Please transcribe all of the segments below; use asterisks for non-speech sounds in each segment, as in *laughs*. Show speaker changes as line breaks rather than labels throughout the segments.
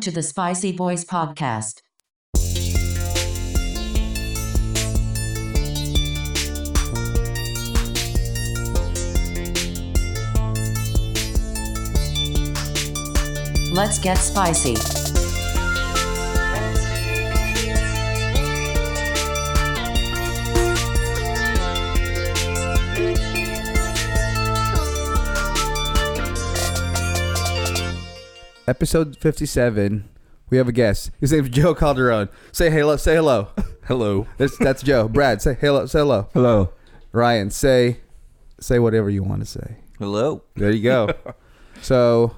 to the Spicy Boys podcast. Let's get spicy.
episode 57 we have a guest his name's joe calderon say hello say hello
Hello.
that's, that's joe brad say hello say hello
Hello.
ryan say say whatever you want to say
Hello.
there
*laughs*
you go so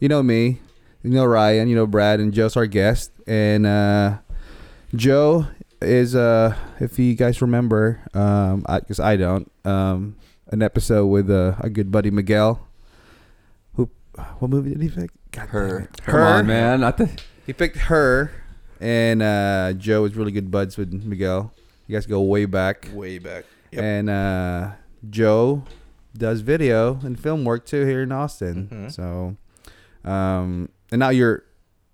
you know me you know ryan you know brad and joe's our guest and uh, joe is uh if you guys remember um i because i don't um an episode with uh, a good buddy miguel who what movie did he pick God damn
Her.
it.
Come on, man. I th-
He picked her, and uh, Joe was really good buds with Miguel. You guys go way back,
way back.
and uh, Joe does video and film work too here in Austin.
Mm-hmm.
So, um, and now you're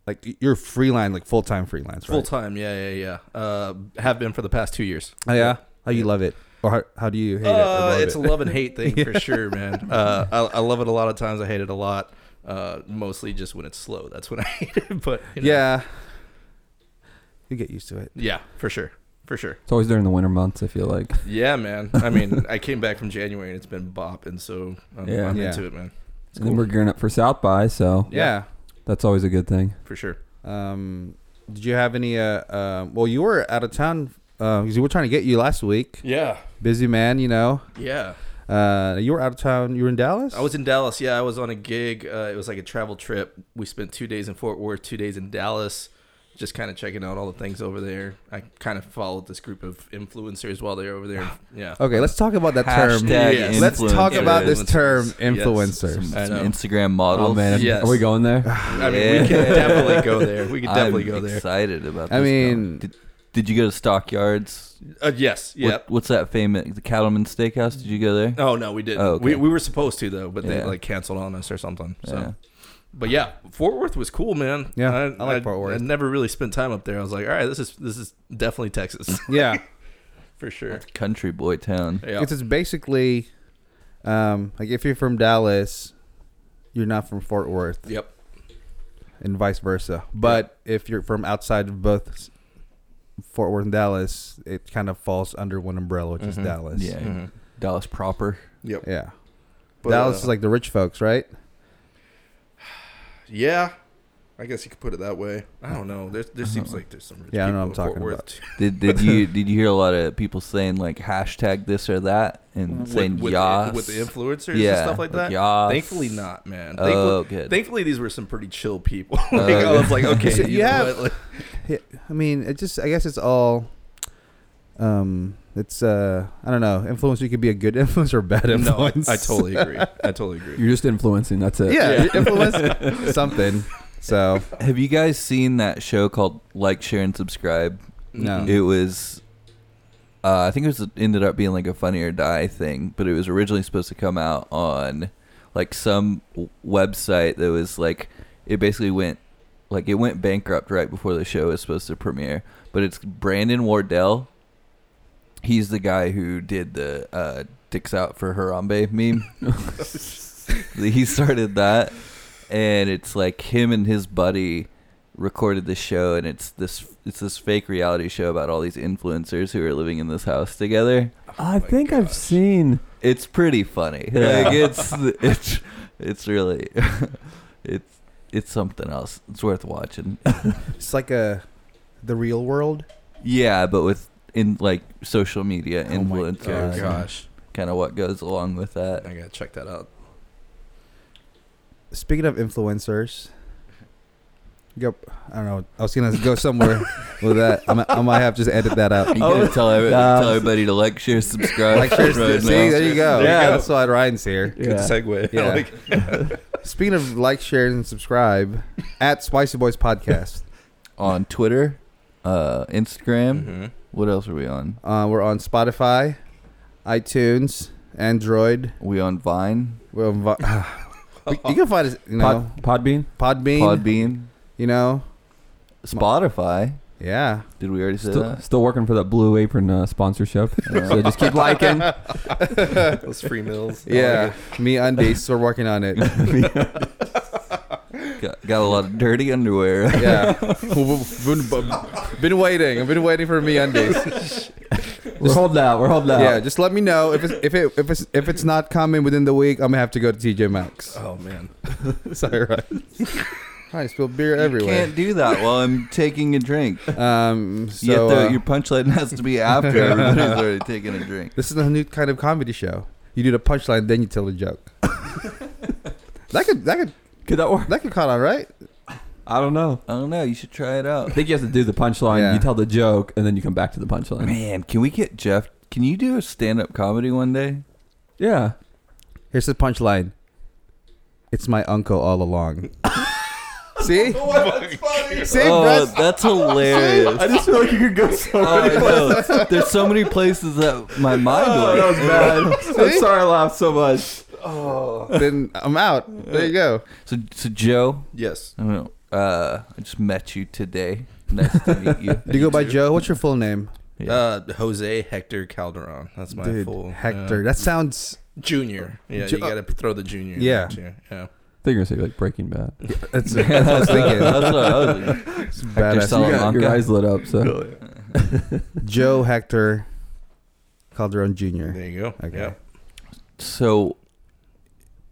like you're freelance, like full time freelance, right?
Full time, yeah, yeah, yeah. Uh, have been for the past two years.
Oh, yeah. How you love it, or how, how do you hate it? or
Uh,
love
it's
it?
a love and hate
*laughs*
thing for sure, man. Uh, I, I love it a lot of times. I hate it a lot. Uh, mostly just when it's slow. That's when *laughs* I hate it. But you know,
yeah. You get used to it.
yeah, for sure, for sure.
It's always during the winter months, I feel like.
Yeah, man. I
*laughs*
mean, I came back from January and it's been bopping, so I'm,
Yeah.
I'm
Yeah.
into it, man.
And then we're gearing up for South by, so
Yeah.
that's always a good thing.
For sure.
Um, did you have any? Uh, um, well, you were out of town because we were trying to get you last week.
Yeah,
Busy man, you know.
yeah.
Uh, you were out of town. You were in Dallas.
I was in Dallas. Yeah, I was on a gig. Uh, it was like a travel trip. We spent two days in Fort Worth, two days in Dallas, just kind of checking out all the things over there. I kind of followed this group of influencers while they were over
*sighs*
there. Yeah.
Okay, let's talk about that term.
Hashtag Yes.
Let's talk about this
influencers.
term,
Yes. *laughs*
influencers.
I know.
Instagram models.
Oh man,
Yes.
are we going
*sighs*
there?
I mean, we can
Yeah.
definitely go there.
*laughs*
*laughs*
We can definitely
I'm
go there.
Excited about. This
I mean-
now. did, did you go to Stockyards?
Uh, yes.
What-
Yep.
what's that famous? The Cattleman Steakhouse. Did you go there?
Oh no, we didn't.
Oh, okay.
We we were supposed to though, but they
Yeah.
like canceled on us or something. So.
Yeah.
But yeah, Fort Worth was cool, man.
Yeah, I like Fort
I
Worth.
never really spent time up there. I was like, all right, this is this is definitely Texas *laughs*
Yeah,
for sure.
Country boy town.
Yeah.
it's, it's basically um, like if you're from Dallas, you're not from Fort Worth,
Yep.
and vice versa. But if you're from outside of both s- Fort Worth and Dallas, it kind of falls under one umbrella, which is
Mm-hmm.
Dallas.
Yeah. Dallas proper.
Yep.
yeah.
But,
Dallas
uh,
is like the rich folks, right?
Yeah, I guess you could put it that way. I don't know. There, there seems like there's some rich
Yeah, I
people
know
in
what I'm
Fort
talking
Worth.
about.
Did, did you did you hear a lot of people saying like hashtag this or that
*laughs*
and
With,
saying
with,
yas
with the influencers and
Yeah,
stuff like
like
that.
yas.
Thankfully not, man.
Oh,
Thankfully,
good.
thankfully these were some pretty chill people. *laughs* like,
Oh,
I was like,
*laughs*
okay,
So you
you know
have- *laughs*
what, like-
Yeah, I mean, it just I guess it's all um it's uh I don't know, influencer could be a good *laughs* influence or bad
no,
influence.
I, I totally agree. I totally agree.
*laughs*
You're just influencing. That's it.
Yeah, influence something. So
Have you guys seen that show called Like, Share, and Subscribe?
No.
It was, uh, I think it was it ended up being like a Funny or Die thing, but it was originally supposed to come out on like some w- website that was like it basically went like it went bankrupt right before the show was supposed to premiere. But it's Brandon Wardell. He's the guy who did the uh, "dicks out for Harambe" meme. *laughs* he started that and it's like him and his buddy recorded the show and it's this it's this fake reality show about all these influencers who are living in this house together
I think I've seen.
it's pretty funny
*laughs*
like it's it's it's really *laughs* it's it's something else it's worth watching
it's like a the real world.
yeah but with in like social media
Oh my
influencers
God.
Gosh,
kind of what goes along
*laughs*
with that
I gotta check that out.
Speaking of influencers, go I don't know. I was gonna go somewhere with that. I might, I might have to just edit that out.
you gotta tell, every,
uh,
tell everybody to like share subscribe
Oh. Like, sure,
Oh, *laughs* right
see,
now.
there you go.
There you
yeah,
go.
that's why Ryan's here.
Good segue. *laughs*
Yeah.
Like,
Speaking of like, share, and subscribe at Spicy Boys Podcast.
on twitter uh instagram
Mm-hmm.
mhm.
What else are we on?
Uh, we're on Spotify, iTunes, Android.
We on Vine,
We're on, Vi- *sighs* you can find us, you know,
Pod, Podbean.
Podbean.
Podbean.
You know?
Spotify.
Yeah.
Did we already say
Still,
that?
still working for that Blue Apron uh, sponsorship.
Yeah.
so just keep liking.
mm-hmm. Those free
*laughs*
meals.
Yeah. Me undies. We're working on it.
Got, got a lot of dirty *laughs* underwear.
*laughs* Yeah. been, been waiting. I've been waiting for me undies.
We're holding out. We're holding out.
Yeah, just let me know if it's if it if it's if it's not coming within the week, I'm gonna have to go to TJ Maxx.
Oh man.
*laughs* Sorry, right? I spilled beer everywhere.
Can't do that while I'm taking a *laughs* drink.
Um,
Yet
so
the,
uh,
your punchline has to be *laughs* after everybody's already taken a drink.
this is a new kind of comedy show. You do the punchline, then you tell the *laughs* joke. that could that could
Could that work?
that could caught on, right?
I don't know.
I don't know. You should try it
I
out.
think you have to do the punchline.
Yeah.
You tell the joke, and then you come back to the punchline.
Man, can we get Jeff? Can you do a stand-up comedy one day?
Yeah.
Here's the punchline. It's my uncle all along. *laughs* See, see,
oh,
Brad.
*laughs* that's hilarious. I just feel like you could go so many places. There's so many places Oh, that *laughs* my mind went. *laughs*
See?
sorry I laughed so much.
Then I'm out. There you go.
So, so Joe,
Yes.
I don't know. Uh, I just met you today. Nice to meet *laughs* you.
Do you go by Joe? What's your full name?
Yeah.
Uh, Jose Hector Calderon. That's my
Dude,
full
Hector.
yeah.
That sounds.
Junior. Yeah,
Ju-
you got to throw the junior. in
Yeah.
there, too. Yeah.
They're gonna say like Breaking Bad.
That's, *laughs* that's what I was
That's
thinking.
what I was thinking.
Badass.
Sal-
You got Oh, your
Salamanca.
eyes lit up. So
Joe Hector Calderon Jr.
There you go.
Okay.
Yeah.
So,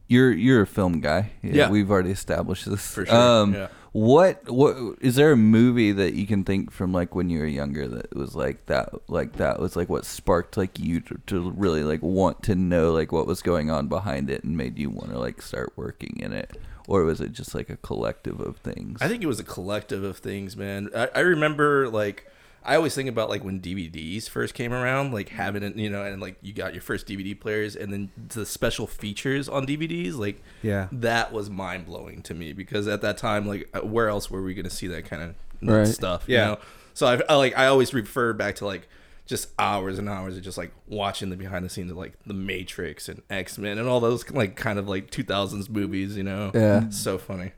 you're you're a film guy.
Yeah.
we've already established this.
For sure.
Um,
yeah.
What what is there a movie that you can think from like when you were younger that was like that like that was like what sparked like you to, to really like want to know like what was going on behind it and made you want to like start working in it or was it just like a collective of things?
I think it was a collective of things, man. I, I remember like I always think about like when DVDs first came around, like having it, you know, and like you got your first DVD players, and then the special features on DVDs, like
Yeah.
that was mind blowing to me because at that time, like uh, where else were we gonna see that kind of
Right.
stuff?
Yeah.
You know? So I, I like I always refer back to like just hours and hours of just like watching the behind the scenes of like The Matrix and X Men and all those like kind of like 2000s movies, you know?
Yeah.
So funny.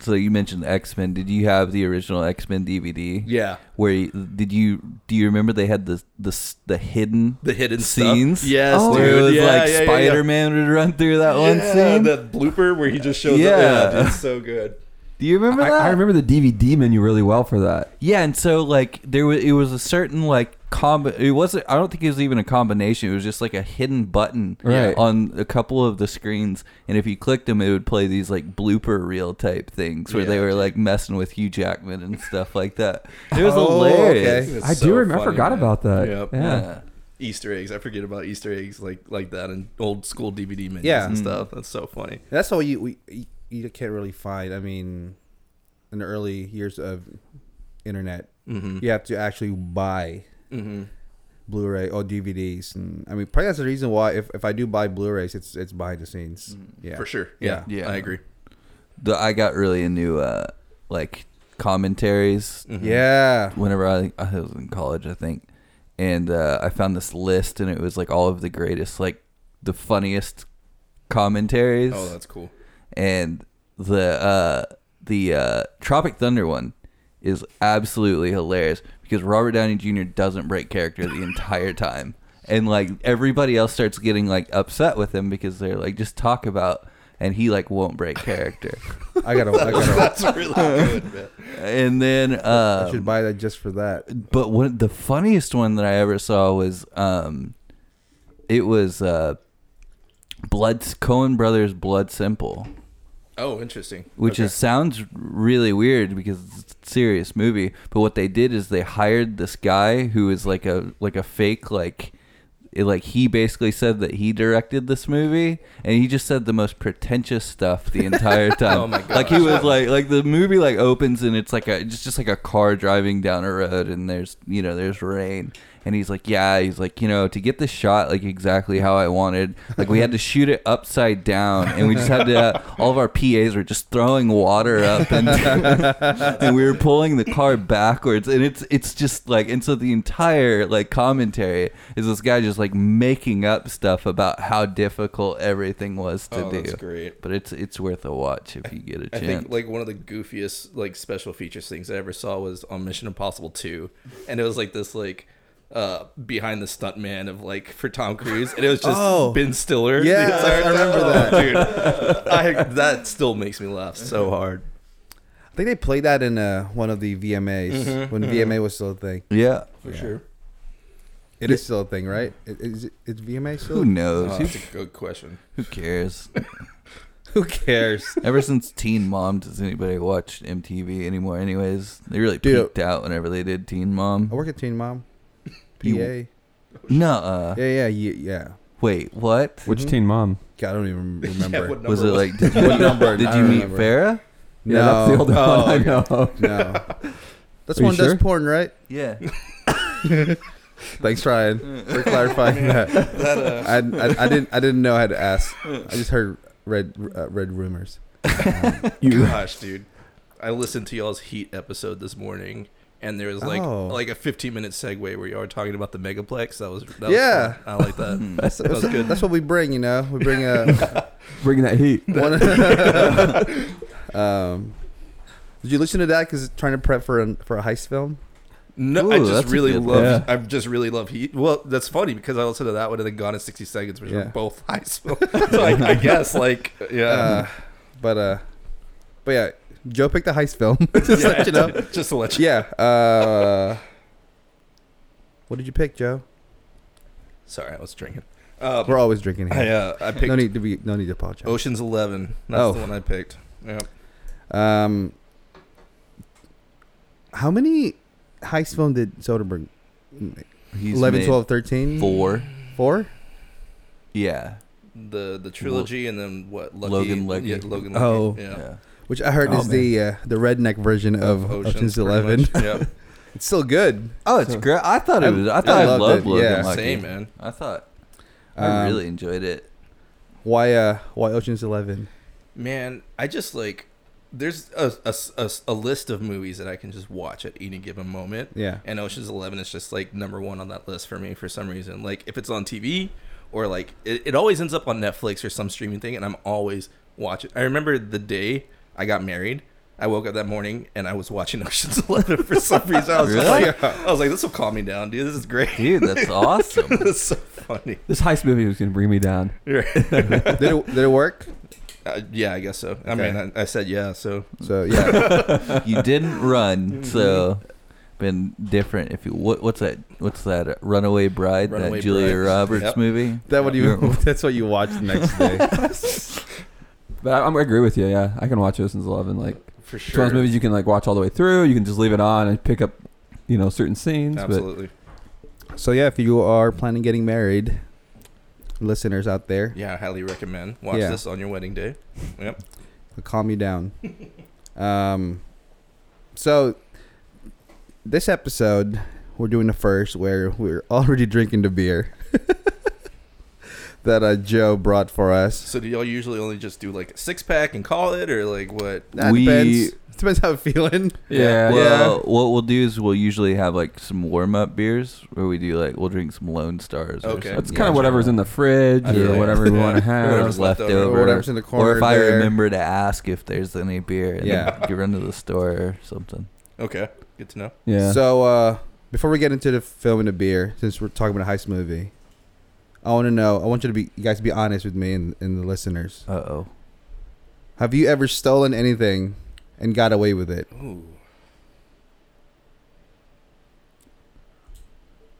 so you mentioned X-Men. Did you have the original X-Men DVD?
Yeah.
Where you, did you do you remember they had the the s- the hidden
the hidden
scenes?
Stuff. Yes,
Oh,
dude.
where it was
yeah,
like
yeah, yeah,
Spider-Man would run through that
Yeah,
one scene.
that blooper where he just shows
Yeah.
up. Yeah, it's so good.
do you remember
I,
that?
I remember the DVD menu really well for that.
Yeah, and so like there was it was a certain like comb it wasn't I don't think it was even a combination, it was just like a hidden button
Right.
on a couple of the screens and if you clicked them it would play these like blooper reel type things where they
Yeah,
were
dude.
like messing with Hugh Jackman and stuff like that. It was
Oh,
hilarious.
okay.
It's
I do
so
remember. I
funny,
forgot
man.
about that.
Yep.
Yeah.
Easter eggs. I forget about Easter eggs like like that in old school DVD menus
Yeah.
and
Mm.
stuff. That's so funny.
That's all you we you- you can't really find. I mean, in the early years of internet,
Mm-hmm.
you have to actually buy
Mm-hmm.
Blu-ray or DVDs, and I mean, probably that's the reason why if, if I do buy Blu-rays, it's it's behind the scenes. Yeah,
Mm-hmm. For sure. Yeah.
Yeah. Yeah.
I agree.
The, I got really into uh like commentaries
Mhm.
Yeah,
whenever I, I was in college, I think, and uh, I found this list, and it was like all of the greatest, like the funniest commentaries,
Oh, that's
*laughs*
cool.
and the uh, the uh, Tropic Thunder one is absolutely hilarious because Robert Downey Jr. doesn't break character
*laughs*
the entire time, and like everybody else starts getting like upset with him because they're like just talk about. And he like won't
*laughs*
break character,
Mm-hmm.
I gotta I gotta
That's really good, man.
and then
I
uh,
should buy that just for that.
but what the funniest one that I ever saw was um it was uh Blood Cohen Brothers Blood Simple,
Oh, interesting.
which
Okay.
is sounds really weird because it's a serious movie, but what they did is they hired this guy who is like a like a fake like it, like he basically said that he directed this movie and he just said the most pretentious stuff the entire
*laughs*
time
Oh my
like he
gosh.
was like like the movie like opens and it's like a just just like a car driving down a road and there's you know there's rain and he's like, yeah, he's like, you know, to get the shot like exactly how I wanted, like we had to shoot it upside down, and we just had to. uh, all of our PAs were just throwing water up, and, *laughs* and we were pulling the car backwards, and it's it's just like, and so the entire like commentary is this guy just like making up stuff about how difficult everything was to
oh,
do.
that's great.
But it's it's worth a watch if you get a
I
chance.
think like one of the goofiest like special features things I ever saw was on Mission Impossible 2 and it was like this like uh behind the stunt man of like for Tom Cruise and it was just
Oh.
Ben Stiller. the
Yeah, I-
entire
I remember
time. Dude. I that still makes me laugh so hard.
I think they played that in uh, one of the VMAs when VMA was still a thing.
yeah.
For sure.
It is still a thing, right? It- Is it, it's VMA
Who
still?
knows?
Oh,
who,
that's a good question.
who cares?
Who cares?
Ever since Teen Mom, does anybody watch MTV anymore? Anyways, they really
Dude. Oh,
peaked out whenever they did Teen
I
Mom.
work at Teen Mom. PA.
You-
Yeah,
No,
yeah, yeah, yeah.
wait, what
Which
Mhm.
teen mom?
God, I don't even remember.
Yeah, what
was it
number
like? Did you,
What number?
Did
I
you
don't
meet
remember.
Farrah?
No,
Yeah, that's the older
Oh,
one
okay.
I know.
*laughs* No, that's
Are you
one
sure?
that's porn, right?
Yeah.
Thanks, Ryan, for clarifying that. I, I, I didn't I didn't know how to ask. I just heard red uh, red rumors. Um,
Gosh, dude. I listened to y'all's Heat episode this morning, and there was like
Oh.
like a 15 minute segue where y'all were talking about the megaplex. That was that was
Yeah.
fun. I
*laughs*
like that.
That's, that's,
was good.
that's what we bring, you know. We bring a
Bringing that *laughs* heat.
one. *laughs* um, did you listen to that? Because trying to prep for an, for a heist film.
No, I
Ooh,
just
that's a
really
good
love.
one.
I just really love Heat. Well, that's funny because I listened to that one and then Gone in 60 Seconds, which are
Yeah.
both *laughs* high school. so I, I guess like yeah,
Uh, but uh, but yeah, Joe picked a heist film. *laughs*
*laughs* just,
to Uh, let you know.
just to let you.
yeah. Uh, what did you pick, Joe?
Sorry, I was drinking. Uh,
We're always drinking
I
here.
uh, I picked Oh,
no need to be. No need to apologize.
Ocean's Eleven. That's
Oh.
the one I picked. Yeah.
Um, how many heist film did Soderbergh? make?
*laughs* He's
11,
made
12, 13?
Four.
Four?
Yeah.
The the trilogy and then what? Lucky,
Logan Lucky.
Yeah, Logan Lucky.
Oh.
yeah.
yeah.
Which I heard
Oh,
is the uh, the redneck version of, Oh, Ocean's,
pretty
Eleven.
much. Yeah,
It's still good.
Oh, it's
So-
great. I thought
I-
it was. I
I
thought I,
loved
loved
it,
Logan
*laughs* yeah.
Lucky.
same man.
I thought I
Um,
really enjoyed it.
Why? Uh, why Ocean's Eleven?
Man, I just like there's a, a, a, a list of movies that I can just watch at any given moment.
Yeah.
And Ocean's Eleven is just like number one on that list for me for some reason. Like if it's on TV or like it, it always ends up on Netflix or some streaming thing, and I'm always watching. I remember the day I got married. I woke up that morning and I was watching *laughs* Ocean's Eleven for some reason. I was just
Really?
like, I was like, this will calm me down, dude. This is great. *laughs*
Dude, that's *laughs* awesome.
this is so funny.
This heist movie was gonna bring me down.
did, it, did it work?
Uh, yeah, I guess so. I
Okay.
mean, I, I said yeah, so
So yeah,
you didn't run, so been different. If you what, what's that? What's that? uh, Runaway Bride,
Runaway
that Julia
Bride.
Roberts
Yep.
movie.
that what you.
You're-
*laughs* That's what you watched the next day.
But I, I'm, I agree with you. Yeah, I can watch Ocean's Eleven. Like
for
it's one
sure.
of those movies you can like watch all the way through. You can just leave it on and pick up, you know, certain scenes.
Absolutely.
*laughs* So yeah, if you are planning getting married, listeners out there,
Yeah, I highly recommend. Watch
Yeah.
this on your wedding day. Yep.
calm you down. um, so this episode we're doing the first where we're already drinking the beer *laughs* that uh, Joe brought for us.
So do y'all usually only just do like a six pack and call it, or like what?
That
We-
depends. *laughs* Depends how I'm feeling.
But yeah, yeah.
Well, what we'll do is we'll usually have like some warm up beers where we do like we'll drink some Lone Stars.
Okay.
Or
That's
something.
kind of whatever's in the fridge
I feel
or
like-
whatever we
Yeah.
want to
*laughs*
have.
Whatever's
*laughs* Whatever's left
left over.
over,
Or whatever's in the
or
corner
if I
there.
remember to ask if there's any beer, and
Yeah.
then you run to the store or something.
Okay, good to know.
Yeah.
So uh, before we get into the film and the beer, since we're talking about a heist movie, I want to know. I want you to be, you guys, to be honest with me and, and the listeners.
Uh oh.
Have you ever stolen anything and got away with it?
Ooh,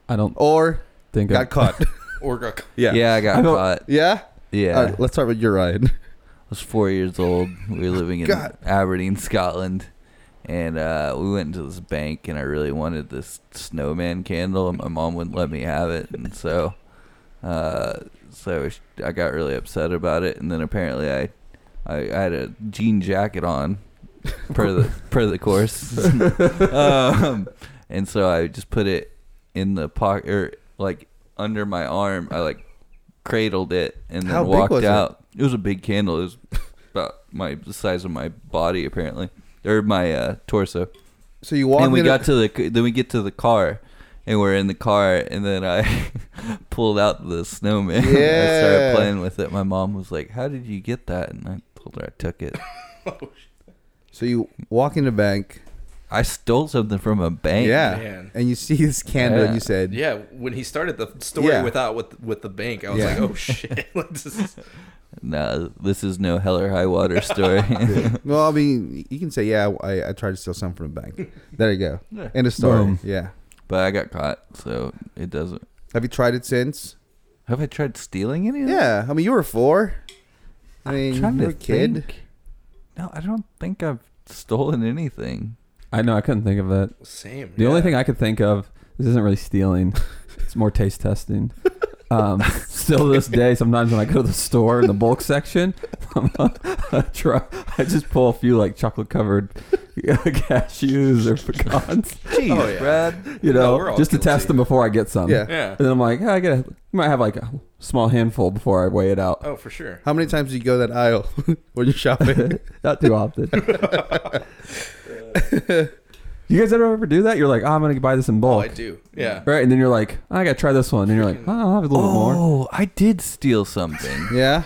I don't
Or
think I,
got caught?
or uh, got
*laughs* Yeah, I got
I don't-
caught.
Yeah?
Yeah,
All right, let's start with your Ryan.
I was four years old. We were living in
God.
Aberdeen, *laughs* Scotland, and uh, we went into this bank, and I really wanted this snowman candle, and my mom wouldn't let me have it, and so, uh, so sh- I got really upset about it, and then apparently I, I, I had a jean jacket on,
*laughs*
per the per the course, um, and so I just put it in the pocket or like under my arm. I like cradled it and then
How big
walked
was it?
out. It? was a big candle. It was about my the size of my body apparently, or my uh, torso.
*laughs* So you walked.
and we
in a-
got to the then we get to the car. And we're in the car, and then I *laughs* pulled out the snowman. *laughs* I
Yeah.
started playing with it. My mom was like, "How did you get that?" And I told her I took it.
so you walk in the bank.
I stole something from a bank.
yeah.
man.
And you see this candle, and
Yeah.
you said,
Yeah, when he started the story
Yeah.
without with with the bank, I was
Yeah.
like, oh shit. *laughs* like, this is-
No, this is no hell or high
*laughs*
water story.
Well, I mean, you can say, yeah, I, I tried to steal something from the bank. There you go.
Yeah.
End of story.
Boom.
Yeah.
*laughs* but I got caught, so it doesn't.
Have you tried it since?
Have I tried stealing any of it?
Yeah. I mean, you were four. I
I'm
mean, you
trying to
were a kid.
think. No, I don't think I've stolen anything.
I know. I couldn't think of that.
same.
The
yeah.
only thing I could think of, this isn't
*laughs*
really stealing. it's more taste testing. Um, still to this day, sometimes when I go to the store in the bulk section, *laughs* I'm a, a truck, I just pull a few like chocolate covered *laughs* cashews or
*laughs*
pecans,
Jeez,
Oh, yeah.
Brad.
you
No,
know,
we're all
just to
guilty.
test them before I get some.
Yeah.
Yeah.
And then I'm like, "Ah, I gotta, you might have like a small handful before I weigh it out.
Oh, for sure.
How many times do you go that aisle *laughs* when you're
*laughs*
shopping?
Not
*laughs*
too often. you guys ever ever do that? You're like, oh, I'm gonna buy this in
Oh,
bulk.
I do. Yeah.
Right, and then you're like, I gotta try this one, and you're like,
Freaking-
oh, I'll have a little bit more.
Oh, I did
*laughs*
steal something
yeah.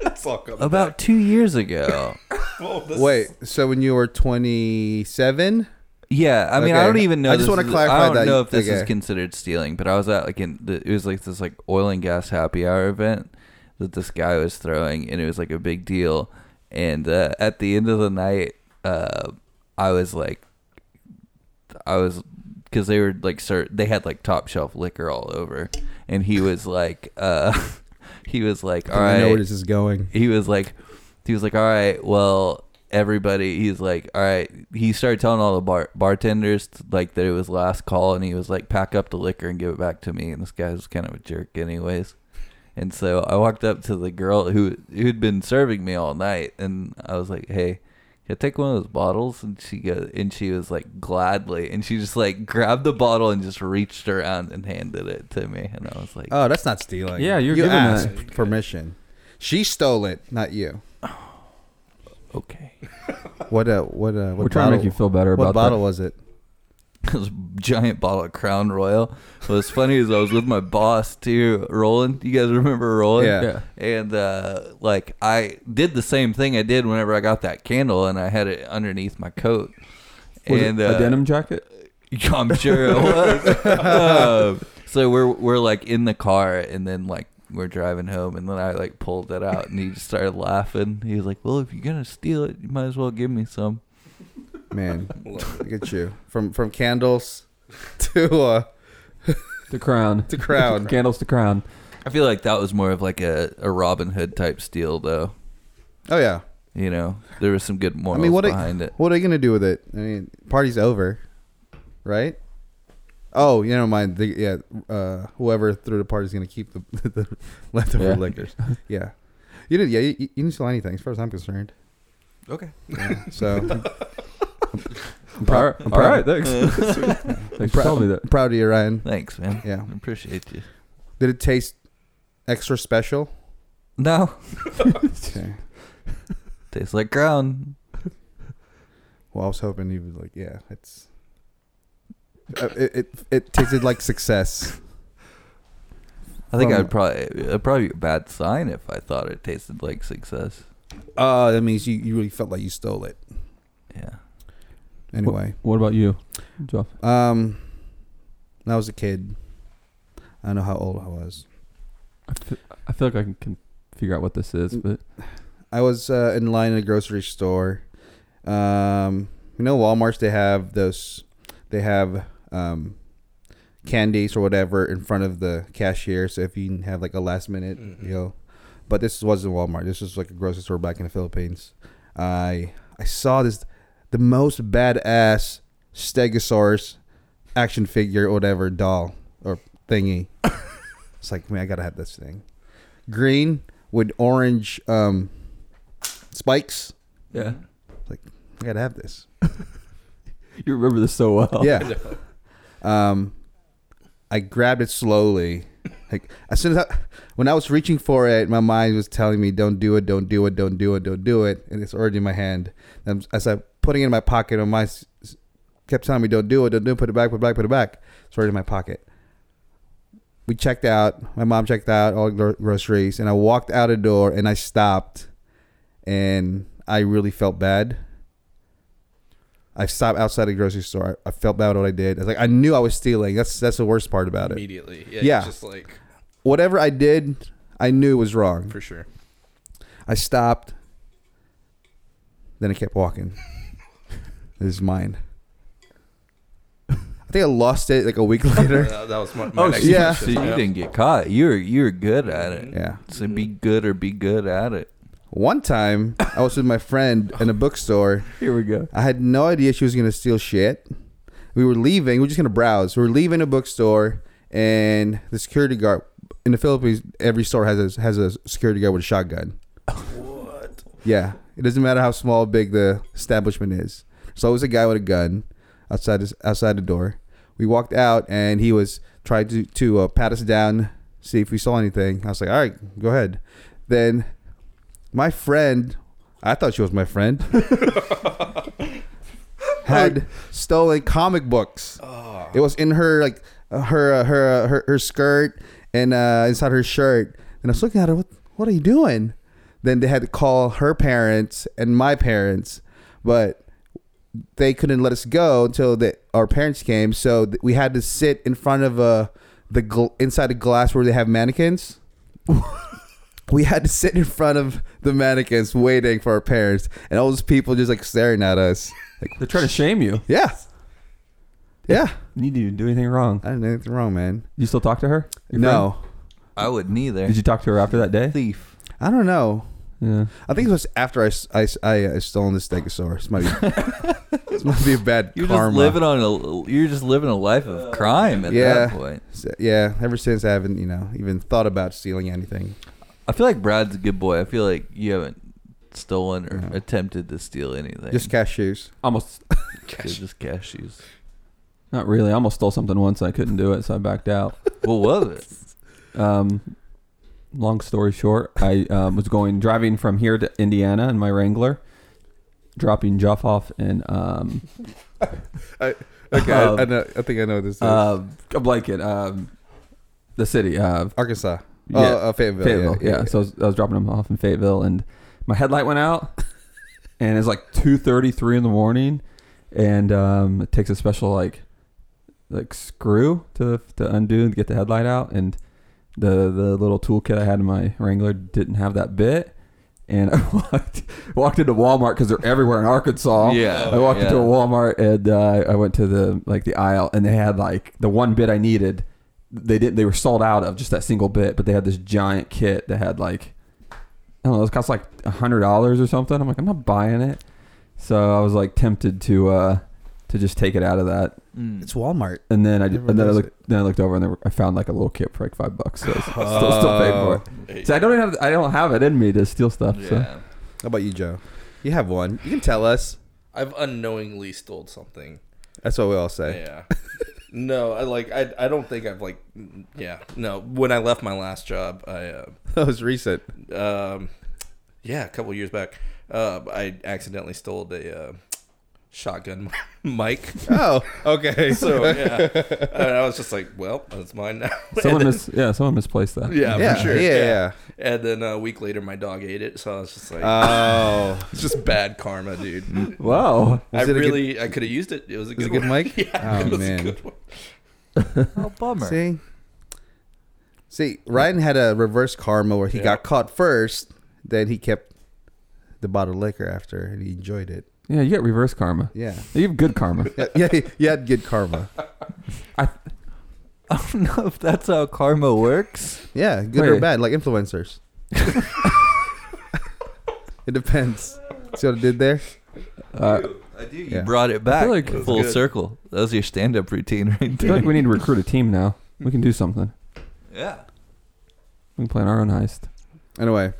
That's all coming
about two years ago.
back. Oh,
*laughs*
this-
Wait. So when you were 27,
Yeah, I mean, I
Okay.
don't even know.
I just
this
wanna
is-
clarify
I don't
that.
know if this is
Okay.
considered stealing, but I was at like in the, it was like this like oil and gas happy hour event that this guy was throwing, and it was like a big deal. And uh, at the end of the night, uh, I was like, I was because they were like sir, they had like top shelf liquor all over, and he was like, uh, *laughs* he was like, all
I
right,
know where this is going.
he was like he was like all right well everybody he's like all right he started telling all the bar- bartenders like that it was last call and he was like pack up the liquor and give it back to me and this guy's kind of a jerk anyways and so i walked up to the girl who who'd been serving me all night and i was like hey can I take one of those bottles? And she go, and she was like gladly, and she just like grabbed the bottle and just reached around and handed it to me, and I was like,
Oh, that's not stealing.
Yeah, you're
you
giving
asked
that.
permission. She stole it, not you.
okay,
What uh what uh what
We're trying to
bottle-
make you feel better
What
about
bottle was it?
*laughs* this giant bottle of Crown Royal. What's funny is I was with my boss too, Roland. You guys remember Roland?
Yeah.
that. Yeah.
And uh, like I did the same thing I did whenever I got that candle, and I had it underneath my coat.
Was
and
it a
uh,
denim jacket?
yeah, *laughs* I'm sure it
*laughs*
was. *laughs* Um, so we're we're like in the car, and then like we're driving home, and then I like pulled it out, and he just started laughing. He was like, "Well, if you're gonna steal it, you might as well give me some."
*laughs* Man, look at you. From from candles *laughs* to uh
The crown.
to crown.
*laughs* Candles to crown.
I feel like that was more of like a, a Robin Hood type steal, though.
Oh yeah.
You know, there was some good morals
what it-
behind it.
What are you gonna do with it? I mean, party's over, right? Oh, you never mind. The, yeah, uh, whoever threw the party's gonna keep the, *laughs* the leftover
Yeah.
liquors.
*laughs*
Yeah, you didn't. Yeah, you, you didn't steal anything, as far as I'm concerned.
Okay.
*laughs* So I'm
All
proud-
right,
I'm
all
proud-
right, thanks. *laughs* thanks for telling me that.
proud of you, Ryan. *laughs*
Thanks, man.
Yeah.
I appreciate you.
Did it taste extra special?
No,
Okay.
tastes like ground.
Well, I was hoping you would like. Yeah, it's. uh, It, it it tasted like success.
I think
From-
I'd probably it'd probably be a bad sign if I thought it tasted like success.
Oh, that means you, you really felt like you stole it.
Yeah.
Anyway,
What about you, Jeff?
Um, when I was a kid, I don't know how old I was.
I feel, I feel like I can, can figure out what this is, but
I was uh, in line at a grocery store. Um, you know, Walmart's they have those, they have um, candies or whatever in front of the cashier. So if you can have like a last minute, you know. But this wasn't Walmart. This was like a grocery store back in the Philippines. I I saw this, the most badass Stegosaurus action figure or whatever doll or thingy. it's like man, I gotta have this thing. Green with orange um, spikes.
*laughs* yeah,
I gotta have this.
you remember this so well.
Yeah. Um, I grabbed it slowly. Like as soon as I, when I was reaching for it, my mind was telling me, "Don't do it, don't do it, don't do it, don't do it," and it's already in my hand. And I'm- as I putting it in my pocket, my mind s- s- kept telling me, "Don't do it, don't do it, put it back, put it back, put it back." It's already in my pocket. We checked out. My mom checked out all gro- groceries, and I walked out the door, and I stopped, and I really felt bad. I stopped outside the grocery store. I I felt bad what I did. I was like, I knew I was stealing. That's that's the worst part about it.
immediately. Yeah,
Yeah.
it's just like
Whatever I did, I knew it was wrong.
for sure.
I stopped. Then I kept walking. this is mine. I think I lost it like a week *laughs* later.
*laughs* Uh, that was my, my
Oh,
next
so,
yeah.
so
question.
you didn't get caught. You were you were good at it.
yeah.
So be good or be good at it.
One time, I was with my friend in a bookstore.
Here we go.
I had no idea she was gonna steal shit. We were leaving. We were just gonna browse. We were leaving a bookstore, and the security guard in the Philippines, every store has a has a security guard with a shotgun.
What?
Yeah, it doesn't matter how small or big the establishment is. There's always a guy with a gun outside his, outside the door. We walked out, and he was trying to to uh, pat us down, see if we saw anything. I was like, "All right, go ahead." Then my friend, I thought she was my friend, *laughs* had stolen comic books. It was in her like uh, her uh, her uh, her her skirt and uh, inside her shirt. And I was looking at her. What what are you doing? Then they had to call her parents and my parents, but they couldn't let us go until the, our parents came. So th- we had to sit in front of uh, the gl- inside the glass where they have mannequins. we had to sit in front of the mannequins waiting for our parents, and all those people just like staring at us. Like,
They're trying to shame you.
yeah, yeah.
You didn't even do anything wrong.
I didn't do anything wrong, man.
You still talk to her? Your
no,
I would neither.
friend? Did you talk to her after that day?
thief?
I don't know.
Yeah.
I think it was after I s- I s- I, uh, stole the stegosaurus. Might be,
*laughs*
this might be a bad
You're
karma.
just living on a you're just living a life of
Uh,
crime at
Yeah.
that point.
So, yeah, ever since I haven't, you know, even thought about stealing anything.
I feel like Brad's a good boy. I feel like you haven't stolen or
No.
attempted to steal anything.
Just
*laughs*
cashews.
Almost.
So just cashews.
Not really. I almost stole something once. and I couldn't do it, so I backed out.
What was it?
Um, long story short, I um, was going driving from here to Indiana in my Wrangler, dropping Jeff off in um,
Okay,
I-
I,
I
know, I think I know this.
Um, uh, a blanket, um, the city. Uh,
Arkansas.
yeah,
Oh, uh, Fayetteville.
Fayetteville. Yeah. So I was, I was dropping him off in Fayetteville, and my headlight went *laughs* out, and it's like two thirty three in the morning, and um, it takes a special like like screw to to undo and get the headlight out, and the the little toolkit I had in my Wrangler didn't have that bit. And *laughs* I walked, walked into Walmart because they're everywhere in Arkansas.
Yeah,
I walked
Oh, yeah.
into a Walmart and uh, I went to the like the aisle and they had like the one bit I needed. They didn't. They were sold out of just that single bit, but they had this giant kit that had like I don't know. It cost like a hundred dollars or something. I'm like, I'm not buying it. So I was like tempted to uh to just take it out of that.
Mm.
it's Walmart.
And then I
Never
and then I
does
looked then I looked over and there were, I found like a little kit for like five bucks. So I was still, still paying for it.
Hey,
So I don't even have I don't have it in me to steal stuff. So.
Yeah.
How about you, Joe? You have one. You can tell us.
I've unknowingly stole something.
That's what we all say.
Yeah. *laughs* no, I like I I don't think I've like mm, yeah. No, when I left my last job, I uh,
*laughs* That was
*laughs*
recent.
um yeah, a couple years back, uh I accidentally stole a uh, shotgun *laughs*
*laughs*
mic.
Oh, okay.
*laughs* So yeah, and I was just like, well, that's mine now. *laughs*
Someone
And
mis- yeah, someone misplaced that.
then- yeah,
Yeah,
for sure.
yeah, yeah.
And then uh, a week later, my dog ate it, so I was just like,
*laughs* Oh,
it's *laughs* just bad karma, dude.
Wow.
I
*laughs* Was it a good-
really, I could have used it. It was a good,
was it good,
one.
Mike?
*laughs* Yeah,
Oh,
it was
man.
a good one.
Oh bummer.
*laughs* See, see, Ryan had a reverse karma where he
Yeah.
got caught first, then he kept the bottle of liquor after, and he enjoyed it.
Yeah, you get reverse karma.
Yeah,
You have good karma.
yeah, yeah. You had good karma.
I don't know if that's how karma works.
Yeah, good or
Wait.
bad, like *laughs* influencers. it depends. See what I did there?
Uh,
I do. You
Yeah.
brought it back
feel like-
full
That's good.
circle. That was your stand-up routine *laughs* right
I feel
there.
like we need to recruit a team now. We can do something.
yeah.
We can plan our own heist.
Anyway,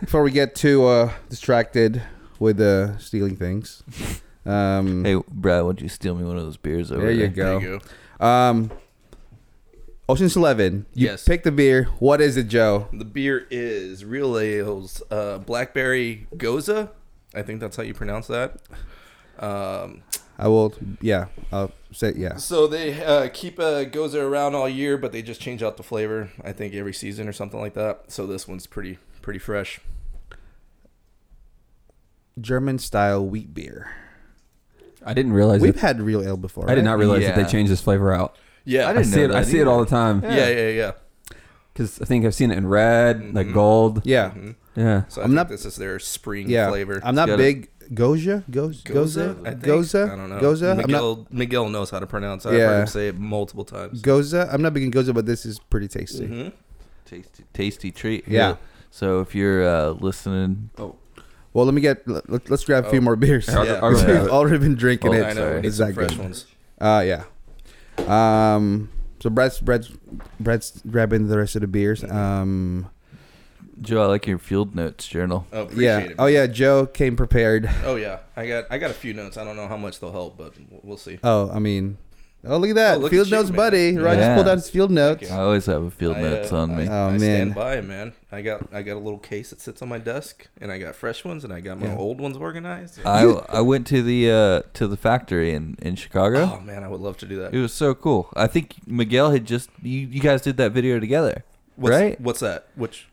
before we get too uh, distracted with uh, stealing things, um,
Hey, Brad, why don't you steal me one of those beers over
there you
there?
go.
There you go.
Um, Ocean's Eleven. You
Yes.
pick the beer. What is it, Joe?
The beer is Real Ales uh, Blackberry Goza. I think that's how you pronounce that. Um,
I will. Yeah, I'll say yeah.
so they uh, keep uh, Goza around all year, but they just change out the flavor. I think every season or something like that. So this one's pretty pretty fresh.
German style wheat beer.
I didn't realize
We've
it.
had real ale before.
I did not
right?
realize that
Yeah.
they changed this flavor out.
Yeah,
I
I
didn't
see
know
it. I
that
see it all the time.
yeah, yeah, yeah.
Because I think I've seen it in red, like gold.
Yeah,
Yeah.
So I
I'm
think
not-
This is their spring
yeah.
Mm-hmm. flavor.
I'm not
It's got a-
big. Goza, Goza, Goza,
I think.
Goza.
I don't know.
Goza. I'm not
Miguel, Miguel knows how to pronounce it. I've
Yeah.
heard him say it multiple times.
Goza. I'm not big in Goza, but this is pretty tasty.
Mm-hmm.
tasty, tasty treat.
Yeah.
So if you're uh, listening,
Well, let me get. Let, let's grab a few more beers.
I'll-
Oh. Yeah.
I'll grab
We've
it.
already been drinking
Oh,
it.
I know. We need
It's
some
that
fresh
good.
ones.
Uh, yeah. Um. So Brett's Brett's Brett's grabbing the rest of the beers.
Mm-hmm.
Um.
Joe, I like your field notes journal.
Oh, appreciate
yeah.
it.
Oh yeah. Joe came prepared.
Oh yeah, I got I got a few notes. I don't know how much they'll help, but we'll- we'll see.
Oh, I mean. Oh look at that
Oh, look
field
at you,
notes,
man.
buddy. Rod just
Yeah.
pulled out his field notes.
you.
I always have a field
I,
notes
uh,
on
I,
me.
Oh,
I
man.
stand by it, man. I got I got a little case that sits on my desk, and I got fresh ones, and I got my
Yeah.
old ones organized.
I, *laughs* I went to the uh, to the factory in, in Chicago.
oh man, I would love to do that.
It was so cool. I think Miguel had just you, you guys did that video together,
What's,
right?
What's that? Which?